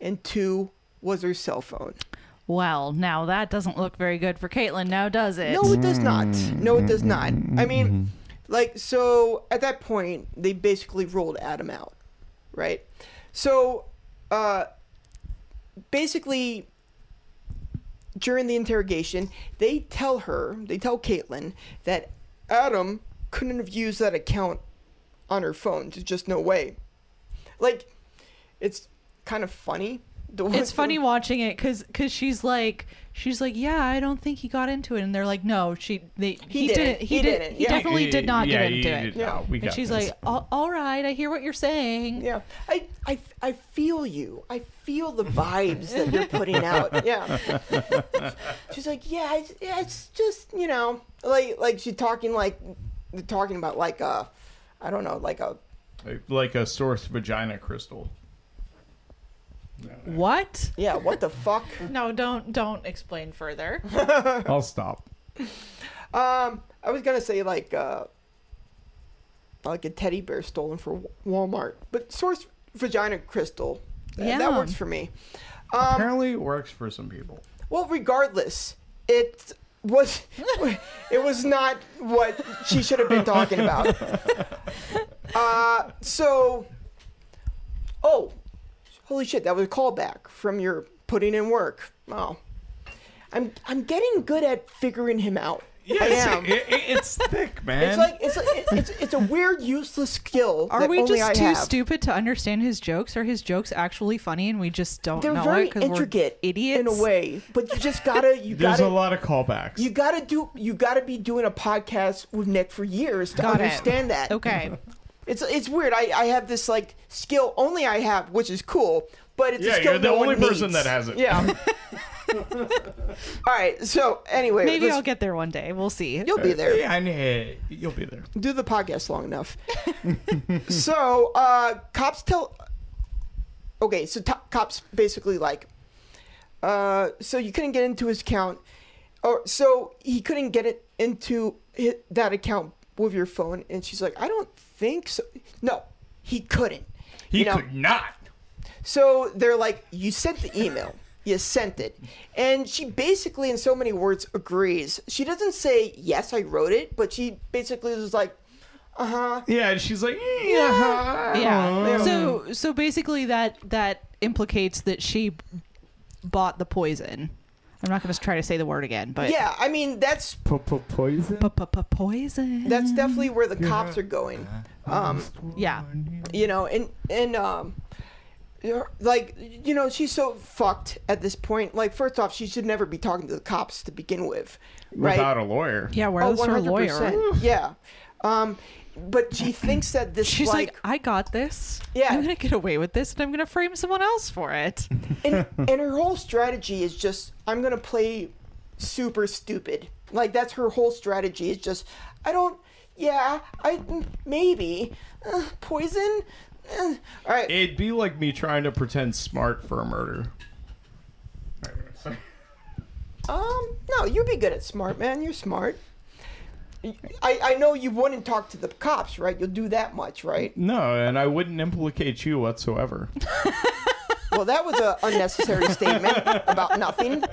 B: and two was her cell phone.
D: Well, now that doesn't look very good for Caitlin now, does it?
B: No, it does not. No, it does not. I mean, like, so at that point, they basically rolled Adam out, right? So, uh, basically, during the interrogation, they tell her, they tell Caitlin that Adam couldn't have used that account on her phone. There's just no way. Like, it's kind of funny. The way-
D: It's funny watching it because she's like she's like yeah I don't think he got into it and they're like no she they he,
B: didn't.
D: didn't
B: He
D: he did
B: didn't.
D: he
B: Yeah.
D: definitely did not
C: yeah,
D: get into it
C: Yeah,
B: Yeah.
C: we got
D: and she's
C: this.
D: like all, all right I hear what you're saying
B: Yeah, I, I, I feel you. I feel the vibes that you're putting out. Yeah. She's like, yeah, it's, yeah, it's just you know, like like she's talking like, talking about like a, I don't know, like uh, a
C: like a source vagina crystal.
D: what
B: yeah, what the fuck?
D: no don't don't explain further
C: I'll stop.
B: Um, I was gonna say like uh, like a teddy bear stolen from Walmart, but source vagina crystal. That- that
D: Yeah.
B: works for me. Um,
C: Apparently, it works for some people.
B: Well, regardless, it was it was not what she should have been talking about. Uh, so, oh, holy shit, that was a callback from your putting in work. Oh, I'm I'm getting good at figuring him out. I am.
C: It, it- it's thick, man.
B: It's like it's like, it's it's a weird useless skill.
D: Are
B: that
D: we
B: only
D: just
B: I
D: too
B: have.
D: stupid to understand his jokes? Are his jokes actually funny and we just don't
B: They're
D: know
B: very
D: it
B: intricate
D: we're idiots?
B: in a way, but you just gotta you
C: There's
B: gotta
C: a lot of callbacks.
B: you gotta do you gotta be doing a podcast with Nick for years to
D: Got it.
B: understand that.
D: Okay.
B: It's it's weird. I, I have this like skill only I have, which is cool, but it's a
C: Yeah,
B: skill
C: you're the
B: no one
C: only person
B: needs.
C: that has it.
B: Yeah. All right. So anyway,
D: Maybe
B: let's-
D: I'll get there one day. We'll see.
B: you'll be there.
C: Yeah, I know. You'll be there.
B: Do the podcast long enough. so uh, cops tell. Okay, so to- cops basically like. Uh, so you couldn't get into his account, or so he couldn't get it into hi that account with your phone, and she's like, I don't think so. No, he couldn't.
C: He
B: you know?
C: could not.
B: So they're like, you sent the email. You sent it. And she basically, in so many words, agrees. She doesn't say, yes, I wrote it, but she basically was like, uh huh.
C: Yeah, and she's like, yeah.
D: Yeah. So so basically that that implicates that she b- bought the poison. I'm not going to try to say the word again, but
B: Yeah, I mean, that's
C: Poison.
D: poison.
B: that's definitely where the cops are going. Um,
D: yeah.
B: you know, and, and, um, you're- like, you know, she's so fucked at this point. Like, first off, she should never be talking to the cops to begin with. Right?
C: Without a lawyer.
D: Yeah,
B: Oh,
D: where's her lawyer?
B: 100%. Yeah. Um, but she thinks that this
D: She's like,
B: like
D: I got this.
B: Yeah.
D: I'm gonna get away with this, and I'm gonna frame someone else for it.
B: and, and her whole strategy is just I'm gonna play super stupid. Like that's her whole strategy. It's just I don't. Yeah, I mm, maybe uh, poison. Uh, all right.
C: It'd be like me trying to pretend smart for a murder.
B: Um, no, you'd be good at smart, man. You're smart. I, I know you wouldn't talk to the cops, right? You'll do that much, right?
C: No, and I wouldn't implicate you whatsoever.
B: Well, that was an unnecessary statement about nothing.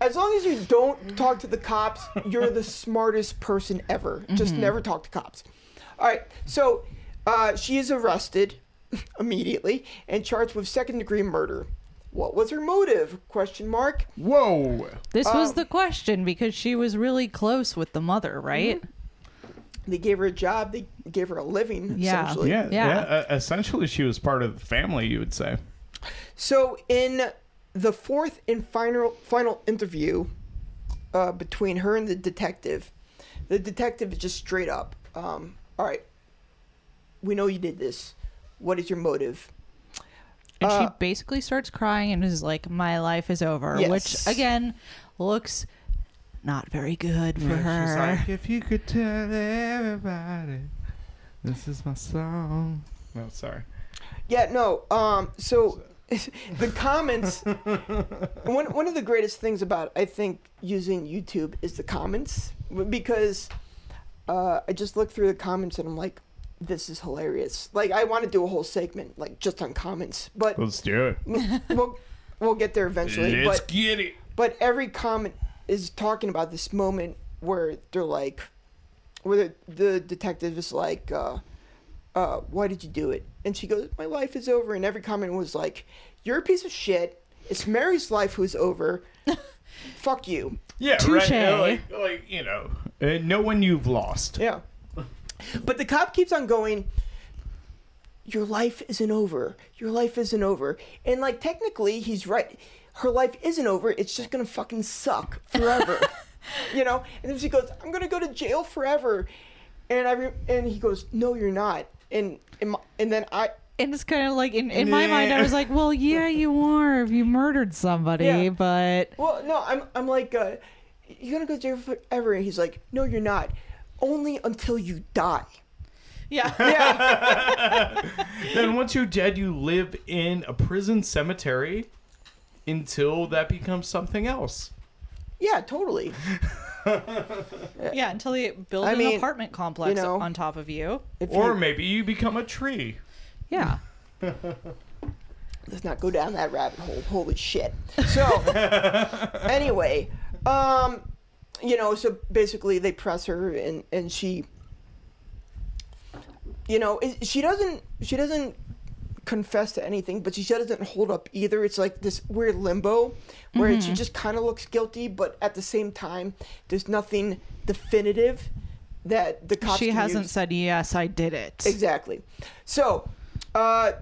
B: As long as you don't talk to the cops, you're the smartest person ever. Just never talk to cops. All right. So uh, she is arrested immediately and charged with second degree murder. What was her motive? Question mark.
C: Whoa.
D: This
B: Um,
D: was the question because she was really close with the
B: Mhm.
D: mother, right?
B: They gave her a job. They gave her a living.
D: Yeah.
B: Essentially.
C: Yeah.
D: Yeah.
C: Yeah. Uh, essentially, she was part of the family. You would say.
B: So in the fourth and final final interview uh, between her and the detective, the detective is just straight up. Um, All right, we know you did this. What is your motive?
D: And
B: Uh,
D: she basically starts crying and is like, "My life is over,"
B: Yes.
D: which again looks not very good for her.
C: if you could tell everybody, this is my song. No, sorry.
B: Yeah, no. Um, so the comments. one one of the greatest things about I think using YouTube is the comments because uh, I just look through the comments and I'm like, this is hilarious. Like I want to do a whole segment like just on comments, but
C: Let's do it.
B: we'll we'll get there eventually.
C: Let's
B: but
C: get it.
B: but every comment is talking about this moment where they're like, where the, the detective is like, uh, uh, why did you do it? And she goes, my life is over. And every comment was like, you're a piece of shit. It's Mary's life who's over. Fuck you.
C: Yeah,
D: Touche.
C: right. uh, Like, like you know, uh, no one you've lost.
B: Yeah. But the cop keeps on going, Your life isn't over. Your life isn't over. And, like, technically, he's right. Her life isn't over. It's just going to fucking suck forever. you know? And then she goes, I'm going to go to jail forever. And I re- and he goes, No, you're not. And, and, my, and then I.
D: And it's kind of like in, in my mind, I was like, "Well, yeah, you are. If you murdered somebody,
B: Yeah.
D: but
B: Well, no, I'm, I'm like, uh, You're going to go to jail forever. And he's like, No, you're not. Only until you die.
D: yeah,
B: Yeah.
C: Then once you're dead, you live in a prison cemetery until that becomes something else.
B: yeah, totally.
D: yeah." Until they build
B: I
D: an
B: mean,
D: apartment complex
B: you know.
D: on top of you,
B: If
C: Or
B: you-
C: maybe you become a tree.
D: yeah.
B: let's not go down that rabbit hole. Holy shit. So, anyway, um, you know, so basically they press her and, and she you know it, she doesn't she doesn't confess to anything but she doesn't hold up either it's like this weird limbo where
D: Mm-hmm.
B: she just kind of looks guilty but at the same time there's nothing definitive that the cops
D: she
B: can
D: hasn't
B: use.
D: said yes, I did it.
B: exactly so uh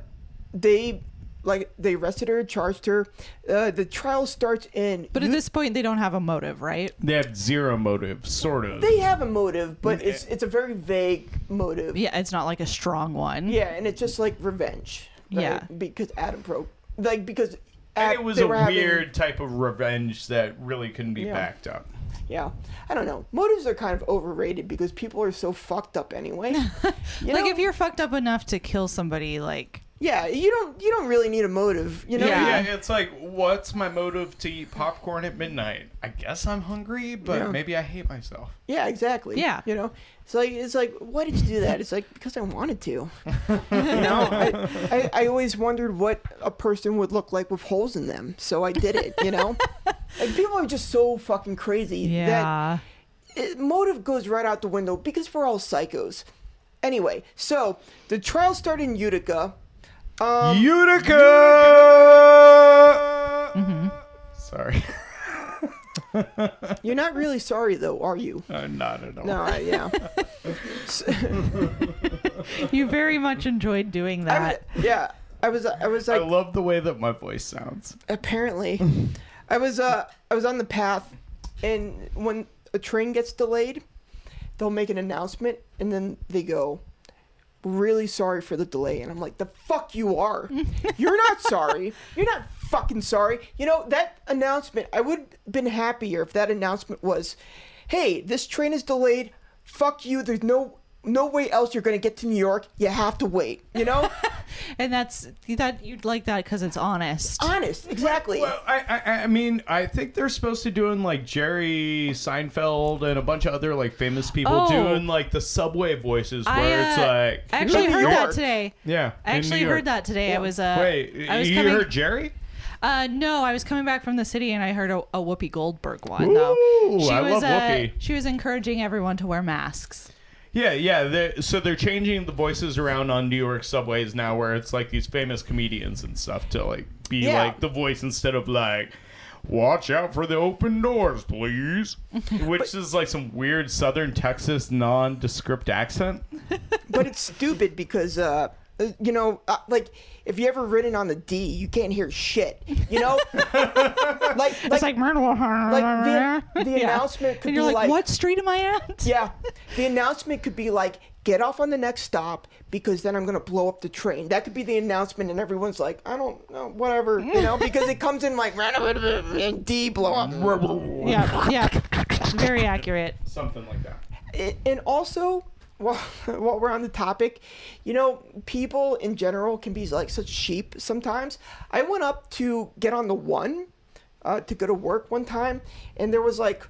B: they like they arrested her charged her uh, the trial starts in
D: But at this point, they don't have a motive, right?
C: They have zero motive, sort of.
B: they have a motive but it's it's a very vague motive
D: Yeah, it's not like a strong one.
B: Yeah, and it's just like revenge. right?
D: Yeah.
B: Because Adam broke. Like, because.
C: and
B: Ad-
C: it was
B: they
C: a
B: were having-
C: weird type of revenge that really couldn't be
B: Yeah.
C: backed up.
B: Yeah. I don't know. Motives are kind of overrated because people are so fucked up anyway. You
D: like
B: know?
D: if you're fucked up enough to kill somebody, like
B: Yeah, you don't you don't really need a motive, you know?
D: Yeah.
C: Yeah. it's like, what's my motive to eat popcorn at midnight? I guess I'm hungry, but
B: Yeah.
C: maybe I hate myself.
B: Yeah, exactly.
D: Yeah.
B: You know? It's like it's like why did you do that? It's like because I wanted to. you know? I, I, I always wondered what a person would look like with holes in them, so I did it, you know? like people are just so fucking crazy that
D: yeah,
B: it, motive goes right out the window because we're all psychos. Anyway, so the trial started in Utica. Um,
C: Utica! Sorry.
B: you're not really sorry though, are you?
C: I'm not at all.
B: No, I- yeah. S-
D: you very much enjoyed
B: I
D: doing
B: was,
D: that.
B: yeah, I was I was
C: I
B: like
C: love the way that my voice sounds.
B: apparently I was uh I was on the path and when a train gets delayed, they'll make an announcement and then they go really sorry for the delay and I'm like the fuck you are. You're not sorry. You're not fucking sorry. You know that announcement I would been happier if that announcement was hey, this train is delayed. Fuck you. There's no no way else you're going to get to New York. You have to wait, you know?
D: and that's that you'd like that because it's honest.
B: Honest, exactly.
C: Well, I, I I mean I think they're supposed to doing like Jerry Seinfeld and a bunch of other like famous people
D: Oh.
C: doing like the subway voices where
D: I,
C: it's
D: uh,
C: like
D: I actually
B: New
D: heard
B: York.
D: that today.
C: yeah.
D: I
C: in
D: actually
C: New York.
D: heard that today. I was uh,
C: Wait,
D: I was
C: you
D: coming.
C: heard Jerry?
D: Uh, no, I was coming back from the city and I heard a, a Whoopi Goldberg one though.
C: Ooh,
D: She
C: I
D: was
C: love
D: uh,
C: Whoopi.
D: she was encouraging everyone to wear masks.
C: Yeah, yeah. They're, so they're changing the voices around on New York subways now, where it's like these famous comedians and stuff to like be
B: Yeah.
C: like the voice instead of like. Watch out for the open doors, please. Which is like some weird Southern Texas nondescript accent.
B: but it's stupid because uh you know uh, like if you ever ridden on the d you can't hear shit you know like like,
D: It's like murder.
B: like, the- the announcement could
D: and you're
B: be
D: like,
B: like-
D: what street am I at?
B: yeah the announcement could be like get off on the next stop because then i'm going to blow up the train that could be the announcement and everyone's like i don't know whatever you know because it comes in like d blow up
D: Yeah, yeah. Very accurate.
C: Something like that.
B: A- and also while, while we're on the topic you know people in general can be like such sheep sometimes i went up to get on the one uh, to go to work one time and there was like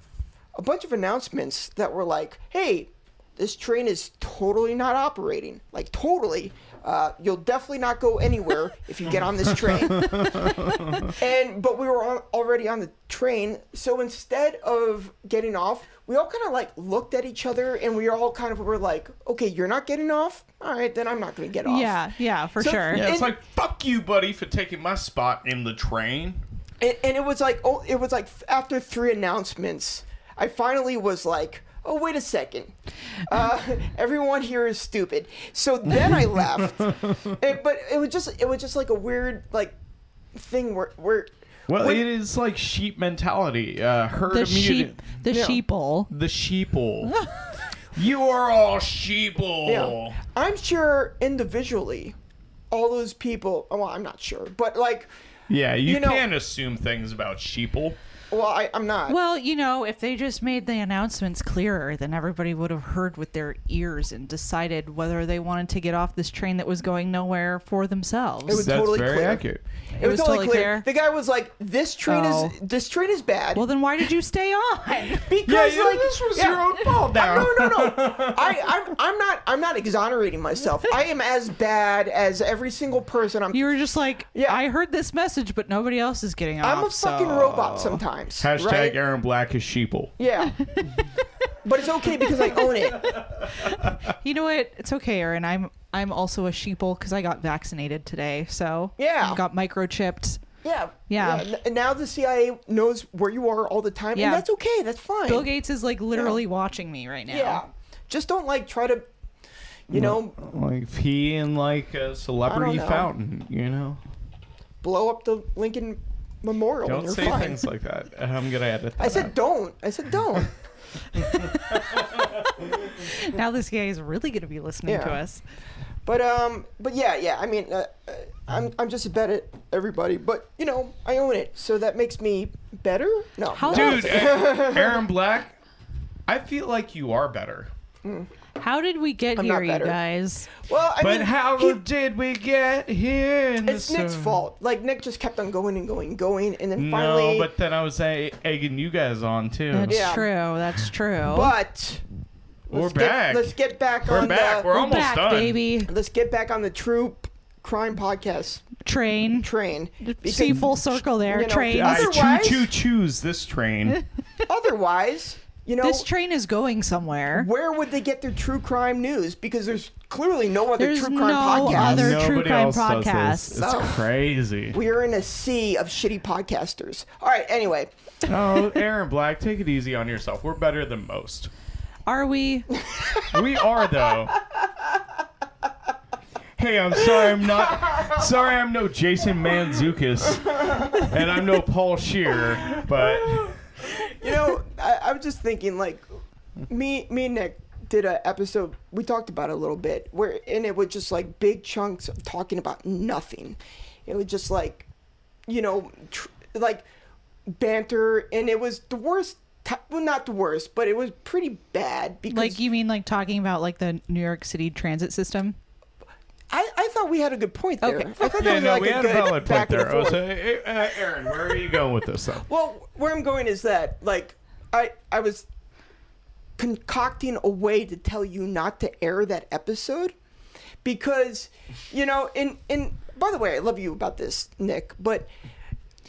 B: a bunch of announcements that were like hey this train is totally not operating like totally uh, you'll definitely not go anywhere if you get on this train and but we were on, already on the train so instead of getting off we all kind of like looked at each other and we all kind of were like okay you're not getting off all right then i'm not gonna get off
D: Yeah, yeah, for
B: So-
D: sure.
C: Yeah, it's
B: And-
C: like fuck you, buddy, for taking my spot in the train.
B: and, and it was like oh it was like f- after three announcements i finally was like oh wait a second uh, everyone here is stupid so then i left And- but it was just it was just like a weird like thing where where
C: Well,
B: where-
C: it is like sheep mentality, uh, herd
D: The
C: immunity.
D: sheep, the
B: Yeah.
D: sheeple.
C: the sheeple. you are all sheeple.
B: Yeah. I'm sure individually, all those people. Well, I'm not sure, but like,
C: Yeah, you,
B: You know-
C: can't assume things about sheeple.
B: well, I, I'm not.
D: Well, you know, if they just made the announcements clearer, then everybody would have heard with their ears and decided whether they wanted to get off this train that was going nowhere for themselves.
B: It was totally clear.
D: It was totally clear.
B: The guy was like, "This train
D: Oh.
B: is this train is bad."
D: well, then why did you stay on?
C: Yeah,
B: because
C: yeah,
B: like
C: this was
B: yeah. Uh,
C: your own ball down.
B: No, no, no. I, I'm, I'm not, I'm not exonerating myself. I am as bad as every single person. I'm,
D: You were just like,
B: Yeah.
D: I heard this message, but nobody else is getting off.
B: I'm a fucking
D: so-
B: robot sometimes.
C: Hashtag
B: right?
C: Aaron Black is sheeple.
B: Yeah. but it's okay because I own it.
D: You know what? It's okay, Aaron. I'm I'm also a sheeple because I got vaccinated today. So
B: Yeah.
D: I got microchipped.
B: Yeah.
D: Yeah.
B: N- Now the CIA knows where you are all the time,
D: Yeah.
B: and that's okay. That's fine.
D: Bill Gates is like literally watching me right now.
B: Yeah. Just don't like try to, you know,
C: Like pee in like a celebrity
B: know.
C: fountain, you know?
B: blow up the Lincoln Memorial. and
C: Don't
B: you're
C: say
B: fine.
C: things like that. I'm gonna edit that.
B: I said don't. I said don't.
D: Now this guy is really going to be listening
B: Yeah.
D: to us.
B: But um, but yeah, yeah. I mean, uh, uh, I'm I'm just a bad at everybody, but you know, I own it, so that makes me better. No,
D: How-
B: no.
C: Dude, A- Aaron Black, I feel like you are better.
D: How did we get
B: I'm not
D: here, you
B: better.
D: guys?
B: Well, I
C: But
B: mean,
C: how
B: he-
C: did we get here? In
B: it's
C: the
B: Nick's
C: sun?
B: fault. Like Nick just kept on going and going, going, and then
C: No,
B: finally,
C: but then I was a- egging you guys on too.
D: That's
B: Yeah.
D: true. That's true.
B: but
C: We're
B: let's get-
C: back.
B: let's get back
C: We're
B: on
C: back.
B: the
C: We're
D: We're
C: almost
D: back,
C: done.
D: baby.
B: let's get back on the true p- crime podcast
D: Train.
B: train.
D: See
B: Because
D: full circle there.
B: you know,
D: train.
C: I
B: Otherwise-
C: choo choo choose this train.
B: otherwise, you know,
D: this train is going somewhere.
B: where would they get their true crime news? Because there's clearly no other
D: There's
B: true crime
D: no
B: podcast.
D: other- true
C: Nobody
D: crime
C: else does this. It's
B: podcast.
C: crazy.
B: We are in a sea of shitty podcasters. All right. Anyway,
C: oh, Aaron Black, take it easy on yourself. We're better than most.
D: Are we?
C: We are though. Hey, I'm sorry I'm not sorry I'm no Jason Manzukis and I'm no Paul Shear, but
B: you know, I, I'm just thinking like, me, me and Nick did a episode. We talked about it a little bit where, and it was just like big chunks of talking about nothing. It was just like, you know, tr- like banter, and it was the worst. T- well, not the worst, but it was pretty bad because
D: Like you mean like talking about like the New York City transit system?
B: I, I thought we had a good point there.
D: Okay.
B: I thought that
C: yeah,
B: was
C: no,
B: like
C: we
B: a
C: had a
B: good
C: valid point
B: back and
C: there. Oh,
B: forth.
C: so, uh, uh, Aaron, where are you going with this though?
B: Well, where I'm going is that like I I was concocting a way to tell you not to air that episode because you know and and by the way I love you about this Nick but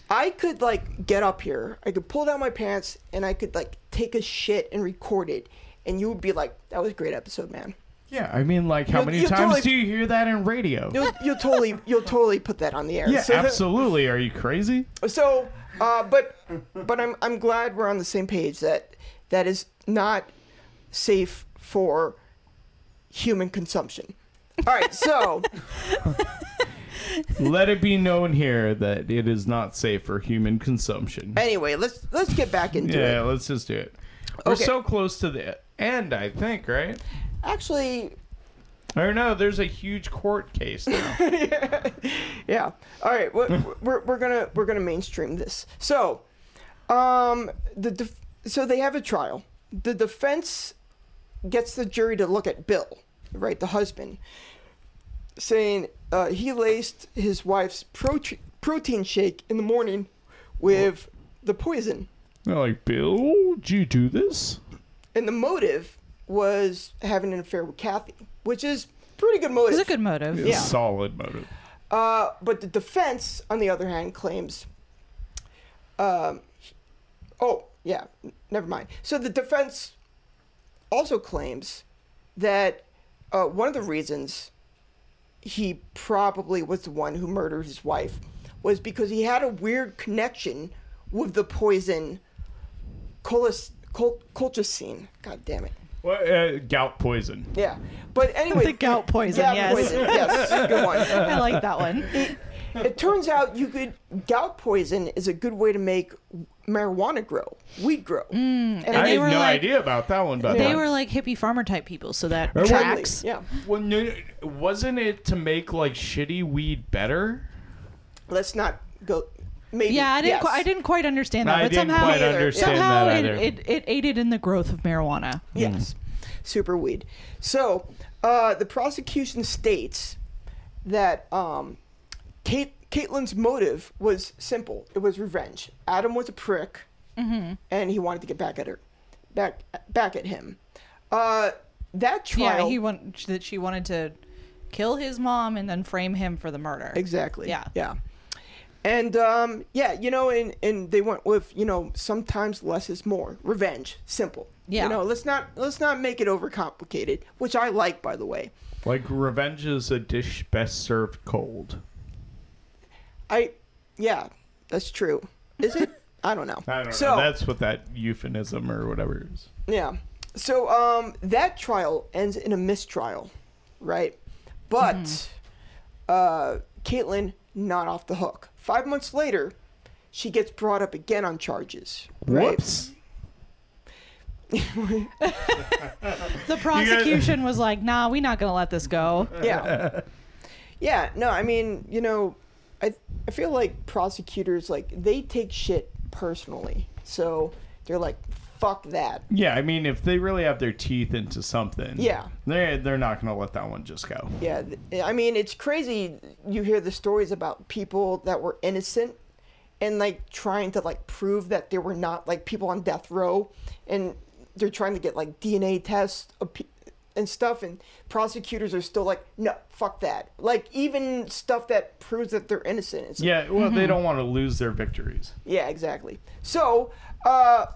B: I could like get up here I could pull down my pants and I could like take a shit and record it and you would be like that was a great episode man
C: Yeah, I mean like how
B: You-
C: many
B: you
C: times
B: totally-
C: do you hear that in radio?
B: you'll, you'll totally you'll totally put that on the air
C: Yeah,
B: So-
C: absolutely. Are you crazy?
B: So, uh, but but I'm I'm glad we're on the same page that that is not safe for human consumption. All right, so
C: Let it be known here that it is not safe for human consumption.
B: anyway, let's let's get back into
C: Yeah,
B: it.
C: let's just do it. We're
B: Okay.
C: so close to the e-, end, I think, right?
B: Actually,
C: Or no, there's a huge court case now.
B: yeah. All right, we're, we're we're gonna we're gonna mainstream this. So, um, the def- so they have a trial. The defense gets the jury to look at Bill, right, the husband, saying uh, he laced his wife's prote- protein shake in the morning with the poison,
C: They're like, Bill, did you do this?
B: and the motive was having an affair with Kathy, which is pretty good motive.
D: It's a good motive.
B: Yeah.
C: Solid motive.
B: Uh, but the defense, on the other hand, claims. Um, oh, yeah, n- never mind. So the defense also claims that uh, one of the reasons he probably was the one who murdered his wife was because he had a weird connection with the poison colis, col, colchicine. God damn it.
C: Well, uh, gout poison.
B: Yeah. But anyway.
D: The gout poison,
B: Gout
D: yes.
B: poison, yes. Good one.
D: I like that one.
B: It turns out you could gout poison is a good way to make marijuana grow, weed grow. and
C: I
D: they
C: had
D: were
C: no
D: like-
C: idea about that one, but
D: They were like hippie farmer type people, so that
C: Or what-
B: Totally,
D: tracks.
B: Yeah.
C: Well, no, wasn't it to make like shitty weed better?
B: Let's not go. Maybe.
D: Yeah, I didn't.
B: yes.
D: Qu- I didn't quite understand that,
C: I
D: but
C: didn't
D: somehow,
C: quite
B: either.
C: understand
D: somehow
C: that
D: it,
C: either.
D: it, it aided in the growth of marijuana.
B: Yes. Super weed. So uh, the prosecution states that um, Kate, Caitlin's motive was simple it was revenge. Adam was a prick,
D: Mm-hmm.
B: and he wanted to get back at her, back, back at him. Uh, that trial.
D: Yeah, he want, that she wanted to kill his mom and then frame him for the murder.
B: Exactly.
D: Yeah.
B: Yeah. And um, yeah, you know, and and they went with you know sometimes less is more. Revenge, simple.
D: Yeah.
B: You know, let's not let's not make it overcomplicated, which I like by the way.
C: Like revenge is a dish best served cold.
B: I, yeah, that's true. Is it? I don't know.
C: I don't
B: so,
C: know. That's what that euphemism or whatever is.
B: Yeah. So um, that trial ends in a mistrial, right? But
D: Mm-hmm.
B: uh, Caitlin not off the hook. Five months later, she gets brought up again on charges. Right?
C: Whoops.
D: The prosecution was like, "Nah, we're not gonna let this go."
B: Yeah. yeah. No, I mean, you know, I I feel like prosecutors like they take shit personally, so they're like, fuck that.
C: Yeah, I mean, if they really have their teeth into something,
B: Yeah.
C: they they're not gonna let that one just go.
B: Yeah, th- I mean, it's crazy. You hear the stories about people that were innocent and like trying to like prove that they were not like people on death row and they're trying to get like DNA tests of pe- and stuff and prosecutors are still like no fuck that like even stuff that proves that they're innocent it's
C: Yeah, well,
B: Mm-hmm.
C: they don't want to lose their victories.
B: Yeah, exactly. So, uh,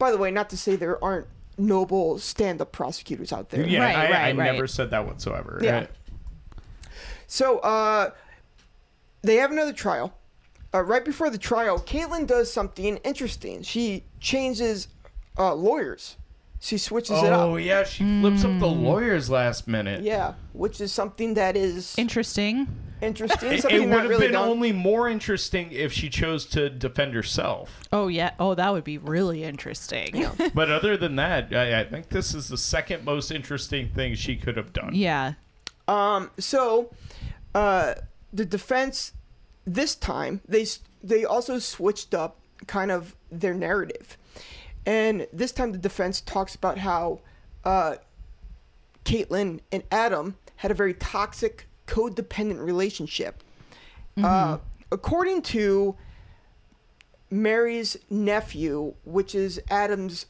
B: by the way, not to say there aren't noble stand-up prosecutors out there.
C: Yeah,
D: Right,
C: I, I
D: right, right.
C: never said that whatsoever.
B: Yeah. So, uh, they have another trial. Uh, right before the trial, Caitlin does something interesting. She changes uh, lawyers. She switches it
C: Oh
B: up.
C: yeah, she flips up the lawyers last minute.
B: Yeah, which is something that is
D: Interesting.
B: interesting.
C: It,
B: something
C: would
B: not
C: have
B: really
C: been
B: done.
C: only more interesting if she chose to defend herself.
D: Oh yeah. Oh, that would be really interesting. Yeah.
C: But other than that, I, I think this is the second most interesting thing she could have done.
B: Um, so uh, the defense this time they s- they also switched up kind of their narrative, and this time the defense talks about how uh, Caitlin and Adam had a very toxic codependent relationship. Uh, according to Mary's nephew, which is Adam's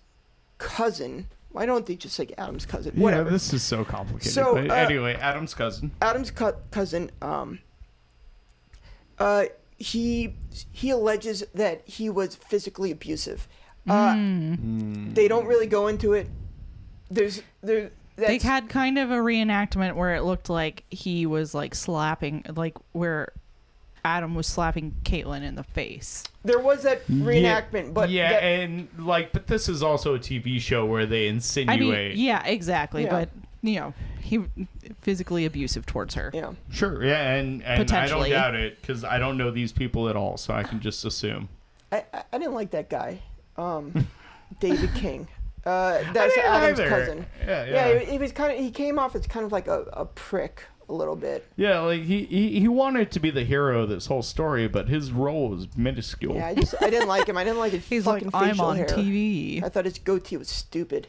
B: cousin. Why don't they just like Adam's cousin? Whatever.
C: this is so complicated.
B: So,
C: but
B: uh,
C: anyway, Adam's cousin.
B: Adam's cu- cousin, um, uh, he he alleges that he was physically abusive. Uh, They don't really go into it. There's there. That's,
D: They had kind of a reenactment where it looked like he was like slapping, like where Adam was slapping Caitlyn in the face.
B: there was that reenactment, but
C: yeah,
B: that-
C: and like, but this is also a TV show where they
D: I
C: insinuate.
D: mean, yeah, exactly.
B: Yeah.
D: But you know, he physically abusive towards her.
B: yeah.
C: Sure. Yeah, and, and I don't
D: Potentially.
C: doubt it because I don't know these people at all, so I can just assume.
B: I, I I didn't like that guy, um, David King. Uh, that's
C: didn't
B: Adam's
C: either.
B: cousin.
C: Yeah, yeah.
B: yeah he, he was kind of he came off as kind of like a, a prick a little bit.
C: Yeah, like he, he he wanted to be the hero of this whole story, but his role was minuscule.
B: Yeah, I just I didn't like him. I didn't like his
D: He's like,
B: fucking
D: I'm
B: facial
D: on
B: hair.
D: TV.
B: I thought his goatee was stupid.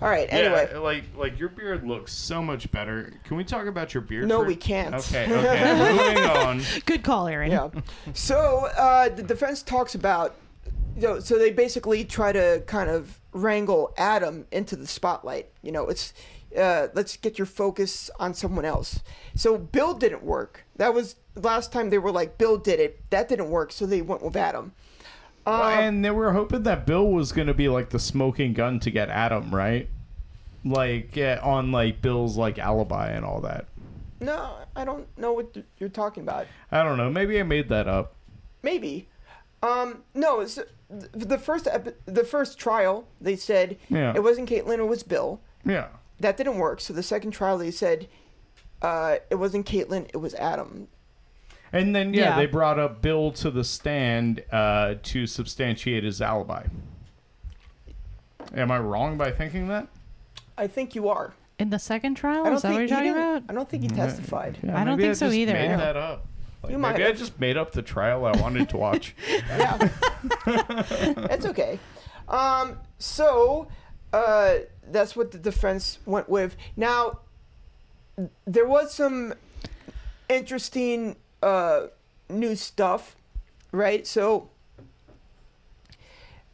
B: All right.
C: Yeah, uh,
B: Anyway,
C: like like your beard looks so much better. Can we talk about your beard?
B: No,
C: for-
B: we can't.
C: Okay, okay. Moving on.
D: Good call, Aaron.
B: yeah. So uh, the defense talks about, you know, so they basically try to kind of wrangle Adam into the spotlight. You know, it's uh, let's get your focus on someone else. So Bill didn't work. That was last time they were like Bill did it. That didn't work, so they went with Adam.
C: and they were hoping that Bill was going to be like the smoking gun to get Adam, right? Like yeah, on like Bill's like alibi and all that.
B: No, I don't know what you're talking about.
C: I don't know. Maybe I made that up.
B: Maybe. Um, no, it's, th- the first epi- the first trial they said
C: Yeah.
B: it wasn't Caitlin, it was Bill.
C: Yeah.
B: That didn't work. So the second trial they said uh, it wasn't Caitlin, it was Adam.
C: And then yeah,
D: Yeah.
C: they brought up Bill to the stand uh, to substantiate his alibi. Am I wrong by thinking that?
B: I think you are.
D: In the second trial,
B: I don't
D: Oh, is that
B: think
D: what you're
B: he
D: talking
B: didn't-
D: about?
B: I don't think he testified.
C: Yeah,
D: I don't
C: maybe
D: think so
C: just
D: either.
C: Made
D: Yeah.
C: that up. Like,
B: You might
C: maybe I
B: have.
C: just made up the trial I wanted to watch.
B: Yeah, that's okay. Um, so uh, that's what the defense went with. Now there was some interesting uh, new stuff, right? So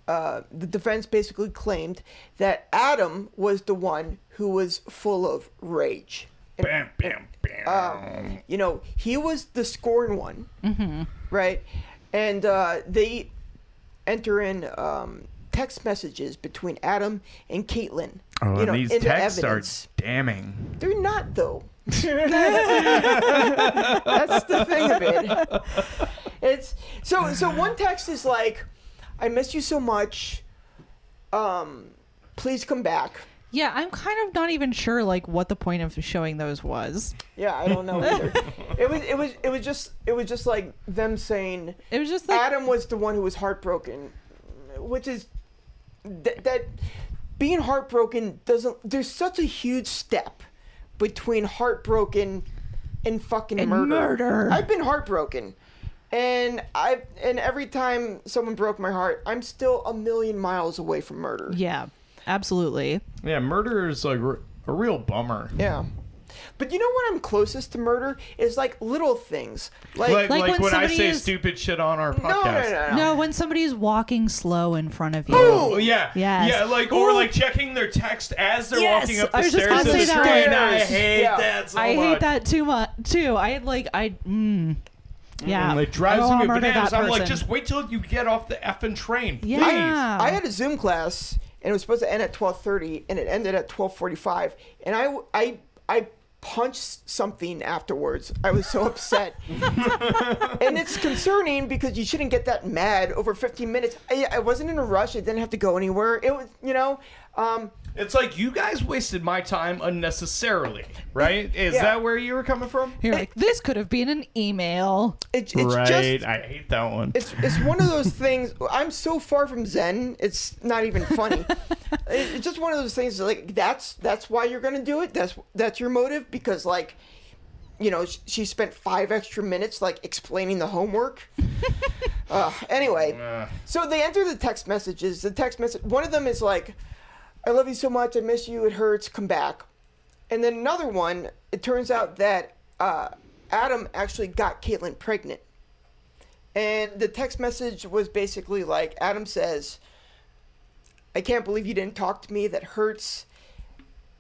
B: uh, the defense basically claimed that Adam was the one who was full of rage.
C: bam, bam, bam.
B: um, you know, he was the scorn one, right? And uh, they enter in um, text messages between Adam and Caitlin.
E: Oh,
B: you know,
E: and these
B: into
E: texts
B: evidence.
E: are damning.
B: They're not though. That's the thing of it. It's so so one text is like, I miss you so much. Um please come back.
D: Yeah, I'm kind of not even sure like what the point of showing those was.
B: Yeah, I don't know either. it was it was it was just it was just like them saying
D: It was just like
B: Adam was the one who was heartbroken, which is that that being heartbroken doesn't there's such a huge step between heartbroken and fucking
D: And
B: murder.
D: murder.
B: I've been heartbroken. And I and every time someone broke my heart, I'm still a million miles away from murder.
D: yeah, absolutely.
C: Yeah, murder is a, r- a real bummer.
B: Yeah. But you know what I'm closest to murder is like little things.
C: Like,
B: Like,
D: Like
C: like,
D: when
C: when, I
D: somebody
C: say
D: is-
C: stupid shit on our
B: no, no,
C: podcast.
B: no, no.
D: No, when somebody's walking slow in front of you.
C: Oh, yeah.
D: Yes.
C: Yeah, like or
D: Ooh.
C: like checking their text as they're
D: Yes,
C: walking up
D: I
C: the
D: was just
C: stairs
D: gonna
C: of the
D: say that.
C: train. I hate
B: Yeah.
C: that so
D: I
C: much.
D: hate that too much too. I had like I mm, yeah.
C: And it drives
D: I
C: me
D: wanna murder
C: bananas.
D: that
C: I'm like,
D: person.
C: just wait till you get off the effing train, please.
D: Yeah.
B: I had a Zoom class and it was supposed to end at 12:30 and it ended at 12:45 and I I I punched something afterwards. I was so upset. and it's concerning because you shouldn't get that mad over 15 minutes. I, I wasn't in a rush. I didn't have to go anywhere. It was, you know, um
C: It's like you guys wasted my time unnecessarily, right? Is
B: Yeah.
C: that where you were coming from?
D: You're like this could have been an email.
B: it, it's
C: right.
B: just
C: I hate that one.
B: it's it's one of those things. I'm so far from Zen, it's not even funny. It- it's just one of those things. Like that's that's why you're gonna do it. That's that's your motive because like, you know, sh- she spent five extra minutes like explaining the homework. uh, anyway, so they enter the text messages. The text message. One of them is like, "I love you so much. I miss you. It hurts. Come back." And then another one. It turns out that uh, Adam actually got Caitlyn pregnant. And the text message was basically like Adam says, I can't believe you didn't talk to me. That hurts.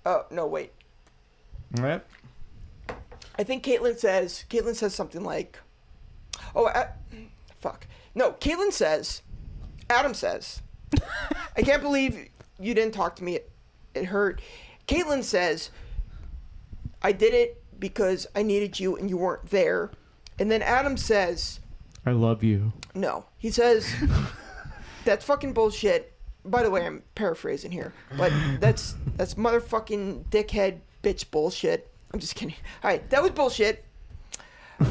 B: Oh, no, wait.
C: Right.
B: I think Caitlin says, Caitlin says something like, oh, A- fuck. No, Caitlin says, Adam says, I can't believe you didn't talk to me. It, it hurt. Caitlin says, I did it because I needed you and you weren't there. And then Adam says,
C: I love you.
B: No. He says that's fucking bullshit. By the way, I'm paraphrasing here, but that's that's motherfucking dickhead bitch bullshit. I'm just kidding. All right, that was bullshit. I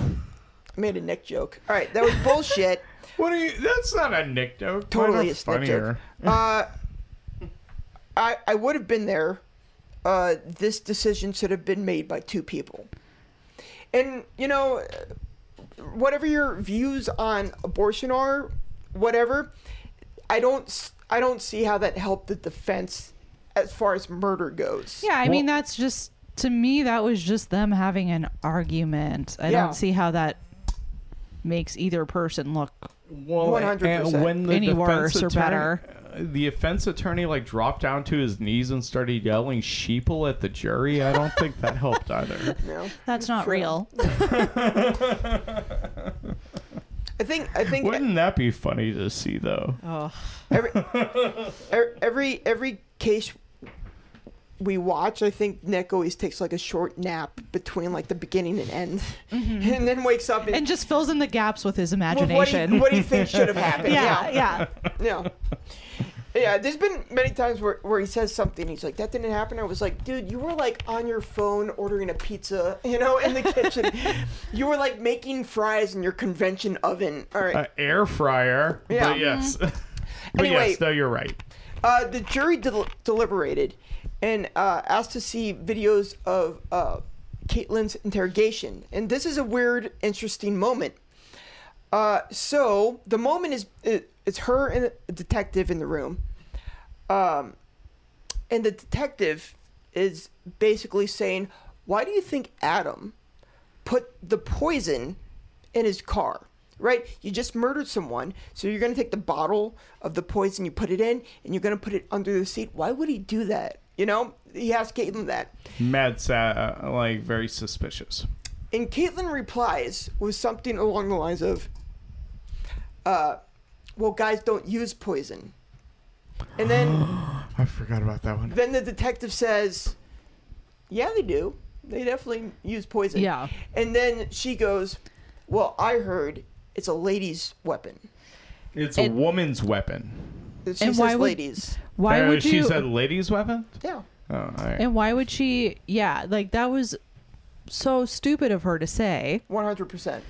B: made a Nick joke. All right, that was bullshit.
C: What are you? That's not a Nick joke.
B: Totally
C: Mine are
B: a snip
C: funnier.
B: joke. Uh, I I would have been there. Uh, this decision should have been made by two people. And you know, whatever your views on abortion are, whatever, I don't s- I don't see how that helped the defense as far as murder goes.
D: Yeah, I mean that's just to me that was just them having an argument. I
B: Yeah.
D: don't see how that makes either person look.
C: Well,
B: 100%.
C: and when the
D: Any
C: defense
D: worse or
C: attorney,
D: better.
C: uh, The offense attorney like dropped down to his knees and started yelling "sheeple" at the jury. I don't think that helped either.
B: You know?
D: That's not real.
B: I think I think
C: Wouldn't that be funny to see though?
D: Oh.
B: every er- every every case we watch, I think Nick always takes like a short nap between like the beginning and end, and then wakes up and,
D: Mm-hmm. And just fills in the gaps with his
B: well, what, do you,
D: imagination.
B: what do you think should have happened?
D: yeah, yeah.
B: yeah, yeah. Yeah, There's been many times where, where he says something. He's like, "That didn't happen." I was like, "Dude, you were like on your phone ordering a pizza, you know, in the kitchen. you were like making fries in your convention oven." All right.
C: Uh, air fryer.
B: Yeah.
D: Mm-hmm.
C: But yes. but
B: Anyway.
C: yes, no, you're right.
B: Uh, the jury del- deliberated and uh, asked to see videos of uh, Caitlin's interrogation. And this is a weird, interesting moment. Uh, so the moment is it, it's her and a detective in the room, um, and the detective is basically saying, "Why do you think Adam put the poison in his car?" Right? You just murdered someone, so you're gonna take the bottle of the poison you put it in, and you're gonna put it under the seat. Why would he do that? You know, he asked Caitlin that.
C: Matt's uh, like very suspicious.
B: And Caitlin replies with something along the lines of, uh, "Well, guys don't use poison." And then,
C: I forgot about that one.
B: then the detective says, "Yeah, they do. They definitely use poison."
D: Yeah.
B: And then she goes, "Well, I heard it's a lady's weapon."
C: It's
D: And-
C: a woman's weapon.
B: And she
D: And
B: says,
D: why would-
B: "Ladies."
D: Why
C: Uh,
D: would
C: she
D: you?
C: said ladies' weapon?
B: Yeah.
C: Oh, all right.
D: and why would she? Yeah, like that was so stupid of her to say.
B: One hundred percent.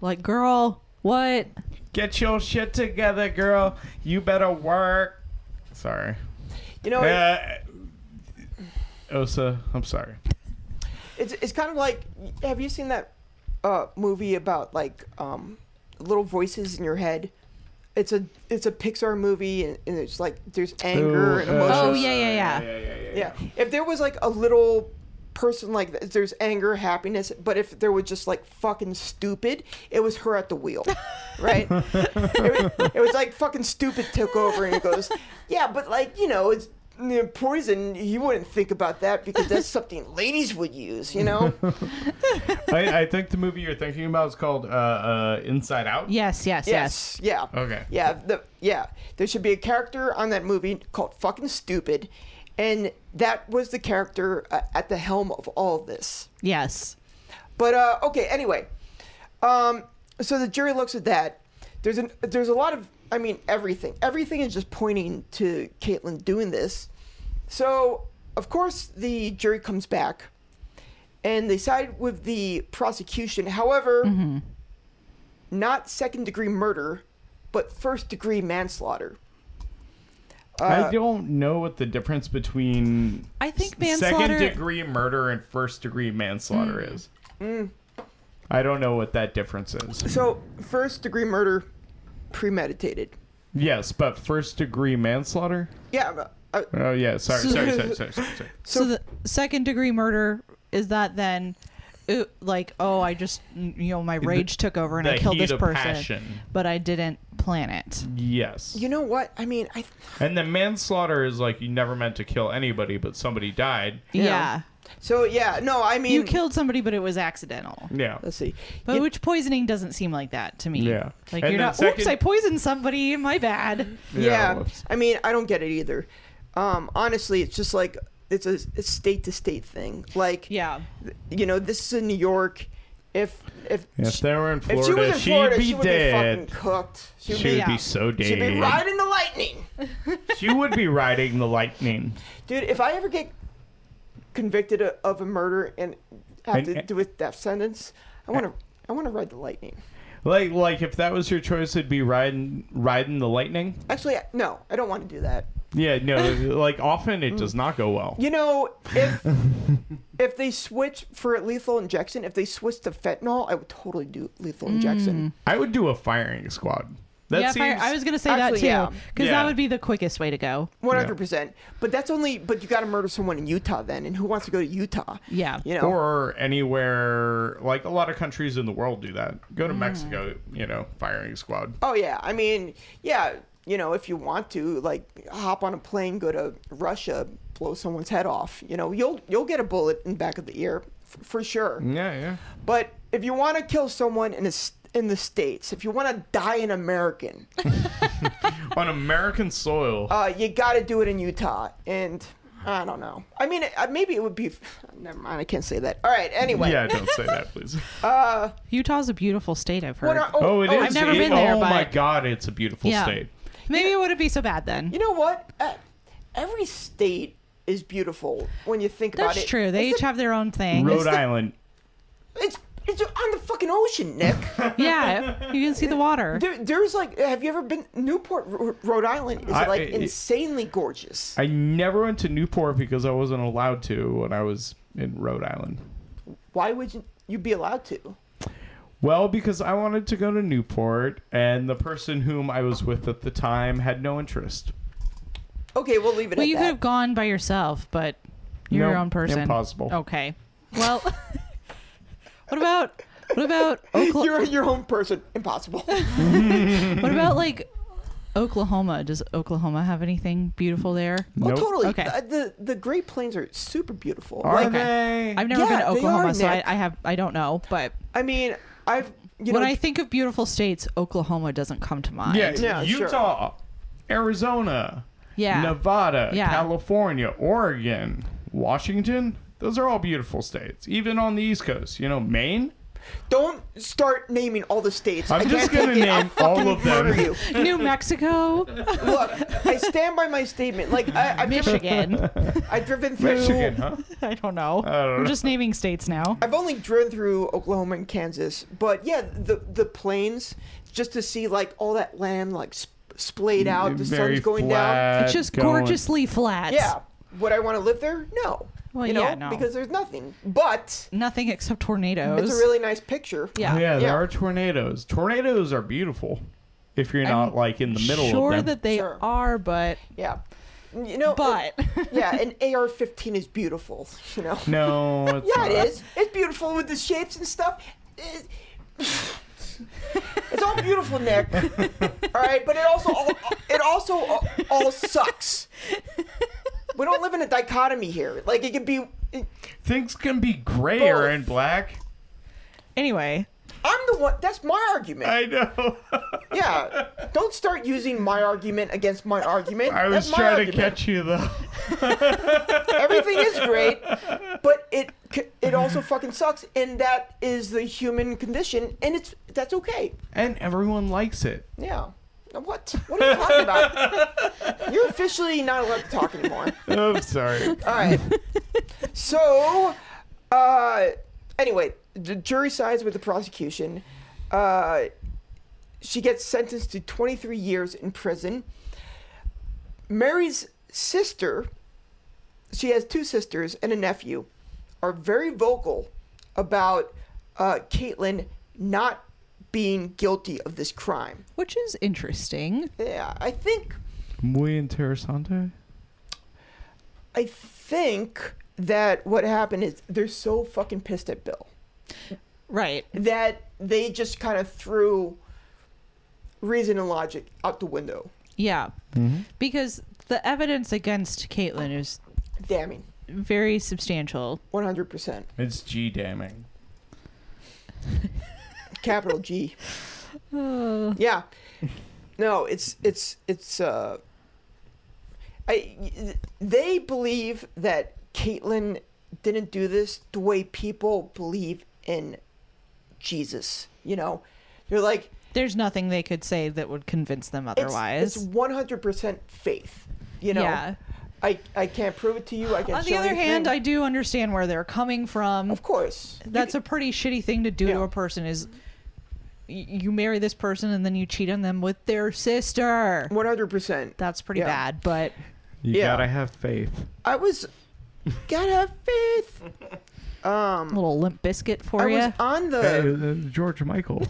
D: Like, girl, what?
C: Get your shit together, girl. You better work. Sorry.
B: You
D: Oh,
B: know, it-
C: Uh, Osa, I'm sorry.
B: it's it's kind of like have you seen that uh, movie about like um, little voices in your head? It's a it's a Pixar movie and, and it's like there's anger and
C: uh,
B: emotions.
D: Oh, yeah, yeah, yeah.
C: yeah, yeah, yeah.
B: Yeah. If there was like a little person like that, there's anger, happiness, but if there was just like fucking stupid, it was her at the wheel. Right? it, was, it was like fucking stupid took over and he goes, Yeah, but like, you know, it's you know, poison. You wouldn't think about that because that's something ladies would use, you know?
C: I, I think the movie you're thinking about is called uh, uh, Inside Out.
D: Yes, yes, yes.
B: yes. Yeah.
C: Okay.
B: Yeah, the, yeah. There should be a character on that movie called fucking stupid. And that was the character uh, at the helm of all of this.
D: Yes.
B: But uh, okay, anyway, um, so the jury looks at that. There's an there's a lot of I mean everything. Everything is just pointing to Caitlyn doing this. So of course the jury comes back, and they side with the prosecution. However, not second degree murder, but first degree manslaughter. Uh,
C: I don't know what the difference between
D: I think
C: second
D: manslaughter.
C: degree murder and first degree manslaughter
B: Mm.
C: is. I don't know what that difference is.
B: So first degree murder, premeditated.
C: Yes, but first degree manslaughter?
B: Yeah. uh, Uh,
C: Oh, yeah. Sorry, sorry, sorry, sorry, sorry, sorry.
D: so the second degree murder is that then, uh, like, oh, I just you know my rage took over and I
C: the
D: killed
C: heat
D: this
C: of
D: person,
C: passion.
D: but I didn't plan it.
C: Yes.
B: you know what? I mean, I.
C: And then manslaughter is like you never meant to kill anybody, but somebody died.
D: Yeah,
B: So yeah, no, I mean,
D: you killed somebody, but it was accidental.
C: Yeah.
B: Let's see.
D: But
B: You-
D: which poisoning doesn't seem like that to me.
C: Yeah.
D: Like
C: And
D: you're
C: then
D: not. Oops!
C: second-
D: I poisoned somebody. My bad.
C: yeah,
B: yeah,
C: whoops.
B: I mean, I don't get it either. Um, honestly, it's just like it's a state to state thing. Like,
D: Yeah.
B: th- you know, this is in New York. If if
C: If
B: sh-
C: they were in
B: if
C: Florida,
B: she was in Florida,
C: would be
B: she would
C: dead.
B: be fucking cooked. She would
C: she would
B: be,
D: Yeah.
C: be so dead.
B: she'd be riding the lightning,
C: she would be riding the lightning.
B: dude. If I ever get convicted o- of a murder and have
C: And-
B: to
C: and-
B: do a death sentence, I want to I want to ride the lightning.
C: Like like if that was your choice, it'd be riding riding the lightning.
B: Actually, I- no, I don't want to do that.
C: Yeah, no, like often it does not go well.
B: You know, if if they switch for lethal injection, if they switch to fentanyl, I would totally do lethal injection.
C: I would do a firing squad. That
D: yeah. if
C: seems
D: I- I was gonna say
B: Actually, yeah.
D: that too, because
C: Yeah.
D: that would be the quickest way to go.
B: One hundred percent. But that's only. But you got to murder someone in Utah then, and who wants to go to Utah?
D: Yeah.
B: You know.
C: or anywhere like a lot of countries in the world do that. Go to
D: Mm.
C: Mexico, you know, firing squad.
B: oh yeah. I mean, yeah. You know, if you want to, like, hop on a plane, go to Russia, blow someone's head off. You know, you'll you'll get a bullet in the back of the ear f- for sure.
C: Yeah, yeah.
B: But if you want to kill someone in a, s- in the states, if you want to die an American,
C: On American soil.
D: Oh,
B: uh, you got to do it in Utah. And I don't know. I mean, uh, maybe it would be. Never mind. I can't say that. All right. Anyway.
C: yeah, don't say that, please.
D: Utah's a beautiful state. I've heard.
B: What are-
C: Oh, it is.
D: I've never
C: It-
D: been there,
C: Oh my
D: but-
C: god, it's a beautiful
D: Yeah.
C: state.
D: Maybe it wouldn't be so bad then.
B: You know what? Uh, every state is beautiful when you think about it.
D: That's true. They
B: it's
D: each have their own thing.
C: Rhode Island.
B: the- it's it's on the fucking ocean, Nick.
D: yeah, you can see the water.
B: there, there's like, have you ever been Newport, R- Rhode Island? Is
C: I-
B: like
C: it-
B: insanely gorgeous.
C: I never went to Newport because I wasn't allowed to when I was in Rhode Island.
B: Why would you, you be allowed to?
C: Well, because I wanted to go to Newport, and the person whom I was with at the time had no interest.
B: Okay, we'll leave it
D: Well,
B: at
D: you
B: that.
D: could have gone by yourself, but you're
C: No,
D: your own person.
C: impossible.
D: Okay. Well, what about what about Oklahoma?
B: You're your own person. Impossible.
D: What about like Oklahoma. Does Oklahoma have anything beautiful there?
B: Oh,
C: Nope.
B: totally.
D: Okay.
B: Uh, The, the Great Plains are super beautiful.
C: Are
B: like,
C: they?
D: I've never been
B: Yeah,
D: to
B: they
D: Oklahoma,
B: are,
D: so I,
B: Nick.
D: I have I don't know. But
B: I mean, I've you
D: when
B: know
D: I think of beautiful states, Oklahoma doesn't come to mind.
C: yeah,
B: Yeah, sure.
C: Utah, Arizona,
D: Yeah.
C: Nevada,
D: Yeah.
C: California, Oregon, Washington. Those are all beautiful states. Even on the East Coast, you know, Maine.
B: don't start naming all the states.
C: I'm
B: I
C: just
B: can't
C: gonna
B: take it. I'll
C: name all
B: fucking
C: of them.
B: murder you.
D: New Mexico,
B: Look, I stand by my statement. Like I, I've driven,
D: Michigan.
B: I've driven through.
C: Michigan, huh?
D: I don't know.
C: don't
D: I'm
C: know.
D: just naming states now.
B: I've only driven through Oklahoma and Kansas, but yeah, the the plains just to see like all that land like sp- splayed out, the
C: Very
B: sun's going down.
C: flat,
D: It's just
C: going-
D: gorgeously flat.
B: Yeah, would I want to live there? No.
D: Well,
B: you know,
D: yeah, no.
B: because there's nothing. But
D: Nothing except tornadoes.
B: it's a really nice picture.
D: yeah.
C: Oh, yeah,
B: Yeah.
C: there are tornadoes. Tornadoes are beautiful if you're not like in the middle
D: sure
C: of them.
D: that they
B: Sure.
D: are, but
B: Yeah. You know,
D: but
B: yeah, an AR-15 is beautiful. You know.
C: no, it's
B: Yeah,
C: not.
B: it is. It's beautiful with the shapes and stuff. It- It's all beautiful, Nick. All right, but it also all, it also all, all sucks. We don't live in a dichotomy here. Like it could be. It,
C: Things can be gray
B: Both.
C: or in black.
D: anyway,
B: I'm the one. That's my argument.
C: I know.
B: yeah. Don't start using my argument against my argument.
C: I was
B: That's my
C: trying to
B: argument.
C: catch you though.
B: Everything is great, but it c- it also fucking sucks, and that is the human condition, and it's that's okay.
C: And everyone likes it.
B: Yeah. What? What are you talking about? You're officially not allowed to talk anymore.
C: Oh, I'm sorry.
B: All right. So, uh, anyway, the jury sides with the prosecution. Uh, she gets sentenced to 23 years in prison. Mary's sister, she has two sisters and a nephew, are very vocal about uh, Caitlin not being guilty of this crime.
D: which is interesting.
B: Yeah, I think
C: Muy interesante.
B: I think that what happened is they're so fucking pissed at Bill
D: Right.
B: that they just kind of threw reason and logic out the window.
D: Yeah.
C: Mm-hmm.
D: Because the evidence against Caitlin is
B: Damning,
D: very substantial.
B: one hundred percent,
C: It's G damning.
B: capital G.
D: Uh,
B: Yeah, no, it's it's it's. Uh, I they believe that Caitlyn didn't do this the way people believe in Jesus. You know, they're like,
D: there's nothing they could say that would convince them
B: it's-
D: otherwise.
B: It's one hundred percent faith. You know,
D: Yeah.
B: I I can't prove it to you. I can.
D: On the
B: show
D: other
B: you
D: hand, I
B: things.
D: do understand where they're coming from.
B: of course
D: That's a pretty shitty thing to do
B: Yeah.
D: to a person is y- you marry this person and then you cheat on them with their sister.
B: one hundred percent.
D: That's pretty
B: Yeah.
D: bad, but
C: You
B: Yeah.
C: gotta have faith.
B: I was gotta have faith.
D: a little limp biscuit
B: Um, I
D: for
B: was
D: you.
B: on
C: Hey,
B: the
C: uh, George Michael.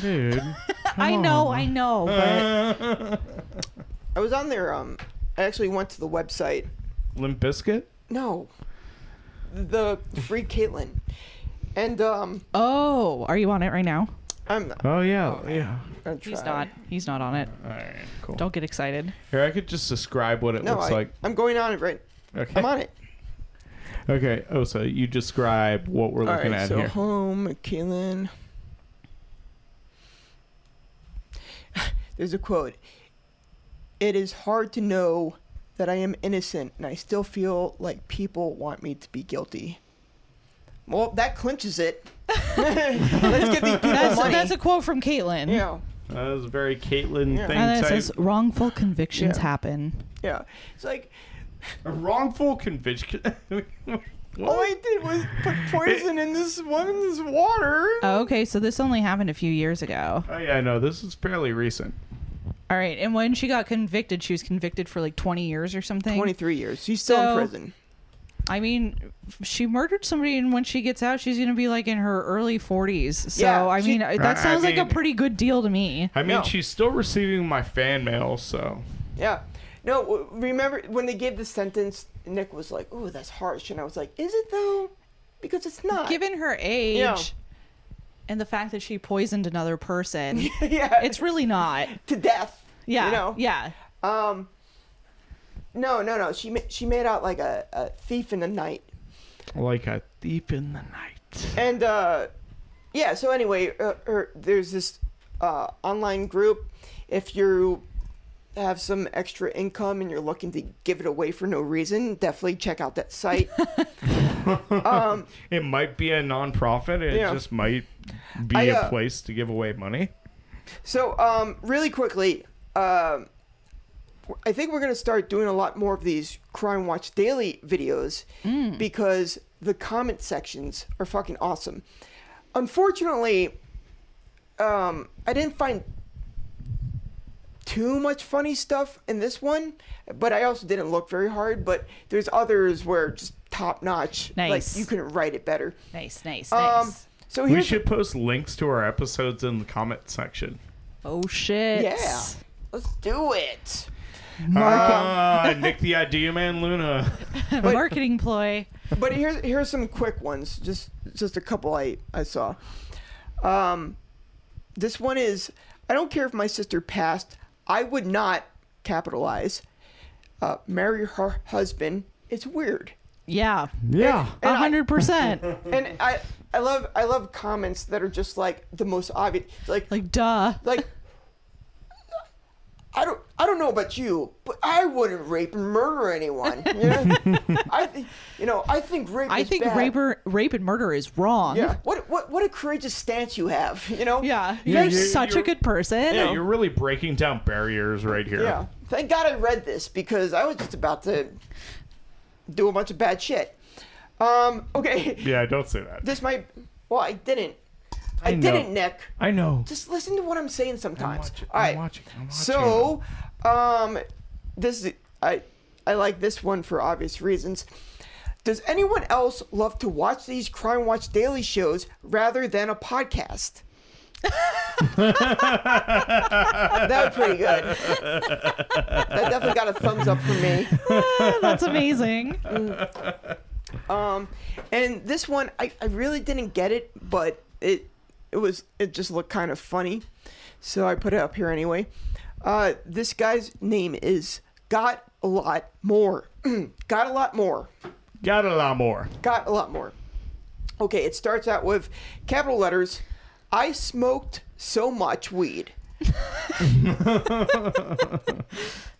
C: Dude.
D: I know, I know, but
B: I was on their um. I actually went to the website.
C: Limp Biscuit?
B: No, the free Caitlyn, and um.
D: oh, are you on it right now?
B: I'm
C: Oh, yeah. yeah.
B: gonna try.
D: He's not. He's not on it.
C: All right, cool.
D: Don't get excited.
C: Here, I could just describe what it
B: No,
C: looks
B: I,
C: like.
B: I'm going on it right.
C: Okay.
B: I'm on it.
C: Okay. Oh, so you describe what we're
B: All
C: looking
B: right,
C: at
B: so
C: here.
B: home, Caitlin. There's a quote. It is hard to know that I am innocent, and I still feel like people want me to be guilty. Well, that clinches it. Let's give these people
D: That's,
B: money.
D: that's a quote from Caitlin.
B: yeah,
C: That was a very Caitlin
B: Yeah.
C: thing.
D: And then it
C: type.
D: says wrongful convictions
B: Yeah.
D: happen.
B: yeah. It's like
C: A wrongful conviction. what?
B: all I did was put poison in this woman's water.
D: Oh, okay, so this only happened a few years ago.
C: Oh yeah, no, this is fairly recent.
D: All right, and when she got convicted, she was convicted for like 20 years or something.
B: Twenty-three years. She's still
D: So-
B: in prison.
D: I mean, she murdered somebody, and when she gets out, she's going to be like in her early 40s. So,
B: Yeah,
D: I
B: she-
D: mean,
C: I-
D: I-
C: I
D: that sounds like
C: mean-
D: a pretty good deal to me.
C: I mean,
B: No.
C: she's still receiving my fan mail, so
B: Yeah. No, w- remember when they gave the sentence, Nick was like, "Ooh, that's harsh," and I was like, "Is it though?" Because it's not.
D: Given her age
B: Yeah.
D: and the fact that she poisoned another person,
B: yeah,
D: it's really not.
B: to death.
D: Yeah.
B: You know?
D: Yeah.
B: Um, no, no, no. She ma- she made out like a, a thief in the night,
C: Like a thief in the night.
B: and uh, yeah. So anyway, uh, her, there's this uh, online group. If you have some extra income and you're looking to give it away for no reason, definitely check out that site. um,
C: It might be a nonprofit. It
B: Yeah.
C: just might be
B: I,
C: a
B: uh,
C: place to give away money.
B: So, um, really quickly, um, I think we're going to start doing a lot more of these Crime Watch Daily videos
D: Mm.
B: because the comment sections are fucking awesome. Unfortunately, um, I didn't find too much funny stuff in this one, but I also didn't look very hard. But there's others where just top notch.
D: Nice.
B: Like, you couldn't write it better.
D: Nice, nice,
B: Um,
D: nice.
B: so
C: We
B: here's
C: should post links to our episodes in the comment section.
D: oh shit.
B: Yeah. Let's do it. um,
C: Ah, Nick the Idea Man Luna.
D: Marketing ploy.
B: but here's here's some quick ones. Just just a couple I I saw. Um, this one is I don't care if my sister passed. I would not capitalize. Uh, marry her husband. It's weird.
D: Yeah.
C: Yeah.
B: And
D: A
B: I-
D: hundred percent.
B: And I I love I love comments that are just like the most obvious. Like like,
D: Like duh.
B: I don't I don't know about you, but I wouldn't rape and murder anyone. You know? I think you know I think rape.
D: I
B: is
D: think
B: bad.
D: rape, or, rape and murder is wrong.
B: Yeah. What what what a courageous stance you have. You know.
D: Yeah.
C: Yeah,
D: You're
C: you're-
D: such
C: you're-
D: a good person.
C: Yeah, you're really breaking down barriers right here.
B: Yeah. Thank God I read this because I was just about to do a bunch of bad shit. Um, okay.
C: Yeah, don't say that.
B: This might. Well, I didn't. I,
C: I know.
B: didn't, Nick.
C: I know.
B: Just listen to what I'm saying sometimes.
C: watching-
B: All
C: I'm
B: right.
C: watching- I'm watching.
B: So, um, this is, I I like this one for obvious reasons. Does anyone else love to watch these Crime Watch Daily shows rather than a podcast? that was pretty good. That definitely got a thumbs up from me.
D: That's amazing.
B: Um, and this one, I, I really didn't get it, but it it was it just looked kind of funny, so I put it up here anyway. Uh, this guy's name is Got a lot more. got a lot more.
C: Got a lot more.
B: Got a lot more. Okay, it starts out with capital letters. I smoked so much weed.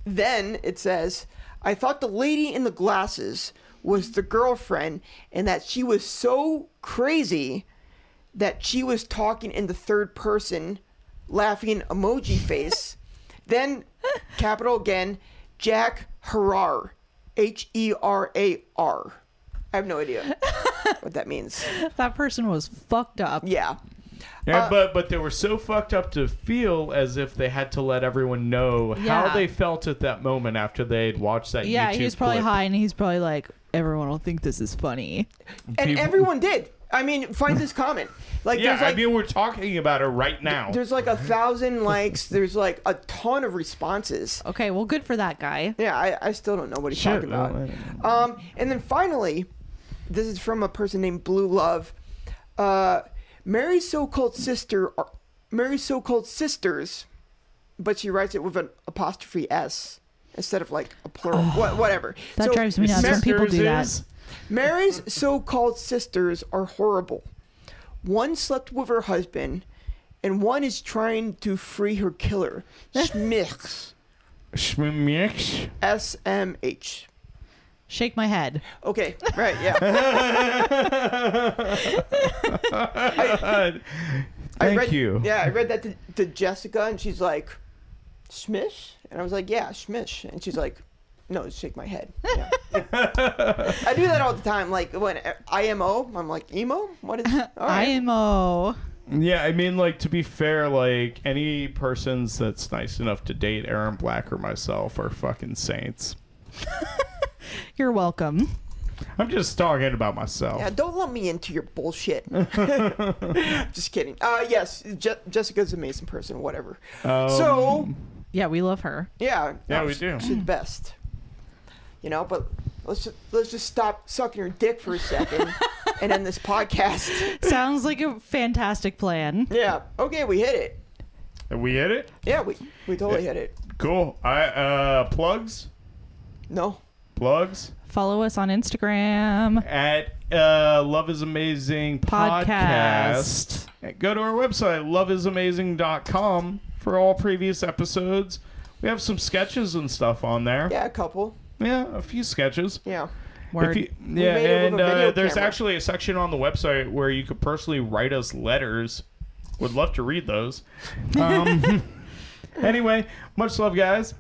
B: then it says, I thought the lady in the glasses was the girlfriend and that she was so crazy that she was talking in the third person, laughing emoji face. then, capital again, Jack Herrar. H E R A R. I have no idea what that means.
D: That person was fucked up.
B: Yeah.
C: Yeah,
B: Uh,
C: but but they were so fucked up to feel as if they had to let everyone know
D: Yeah.
C: how they felt at that moment after they'd watched that.
D: Yeah,
C: YouTube
D: he was probably
C: clip.
D: high and he's probably like, everyone will think this is funny.
B: And
C: People-
B: everyone did. I mean, find this comment. Like,
C: Yeah,
B: there's like,
C: I mean we're talking about it right now.
B: there's like a thousand likes. There's like a ton of responses.
D: Okay, well, good for that guy.
B: Yeah, I, I still don't know what he's
C: Shit, oh,
B: talking about.
C: well,
B: Um, and then finally, this is from a person named Blue Love. Uh, Mary's so-called sister, are, Mary's so-called sisters, but she writes it with an apostrophe s instead of like a plural.
C: Oh,
B: Wha- whatever.
D: That
B: So,
D: drives me nuts when people do that.
C: Sisters is-
B: Mary's so called sisters are horrible. One slept with her husband, and one is trying to free her killer. Schmich.
C: Schmix.
B: S M H.
D: Shake my head.
B: Okay, right, yeah.
C: God.
B: I
C: Thank
B: read,
C: you.
B: Yeah, I read that to, to Jessica, and she's like, Schmish? And I was like, yeah, Schmish. And she's like, no, shake my head. Yeah. I do that all the time. Like when IMO, I'm like, emo? What is. All right.
D: IMO.
C: Yeah, I mean, like to be fair, like any persons that's nice enough to date Aaron Black or myself are fucking saints.
D: You're welcome.
C: I'm just talking about myself.
B: Yeah, don't let me into your bullshit. Just kidding. Uh, yes, Je- Jessica's an amazing person. Whatever. so
D: Yeah, we love her.
B: yeah,
C: Yeah,
B: no,
C: we
B: she-
C: do.
B: She's the best. You know, but let's just, let's just stop sucking her dick for a second and end this podcast.
D: Sounds like a fantastic plan.
B: Yeah. Okay, we hit it.
C: Did Um, we hit it?
B: Yeah, we we totally hit it.
C: Cool. I uh plugs
B: No.
C: plugs
D: Follow us on Instagram.
C: at uh Love Is Amazing
D: Podcast.
C: podcast. And Go to our website loveisamazing.com for all previous episodes. We have some sketches and stuff on there.
B: Yeah, a couple.
C: Yeah, a few sketches.
B: Yeah.
D: Word.
C: If you- yeah,
B: made it
C: and
B: with a video
C: uh, there's
B: camera.
C: actually a section on the website where you could personally write us letters. Would love to read those. Um, anyway, much love, guys.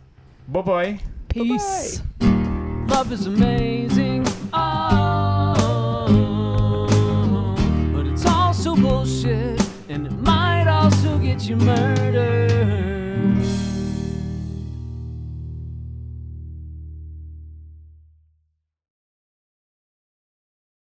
C: Bye bye.
D: Peace.
B: Bye-bye.
A: Love is amazing. Oh, but it's also bullshit, and it might also get you murdered.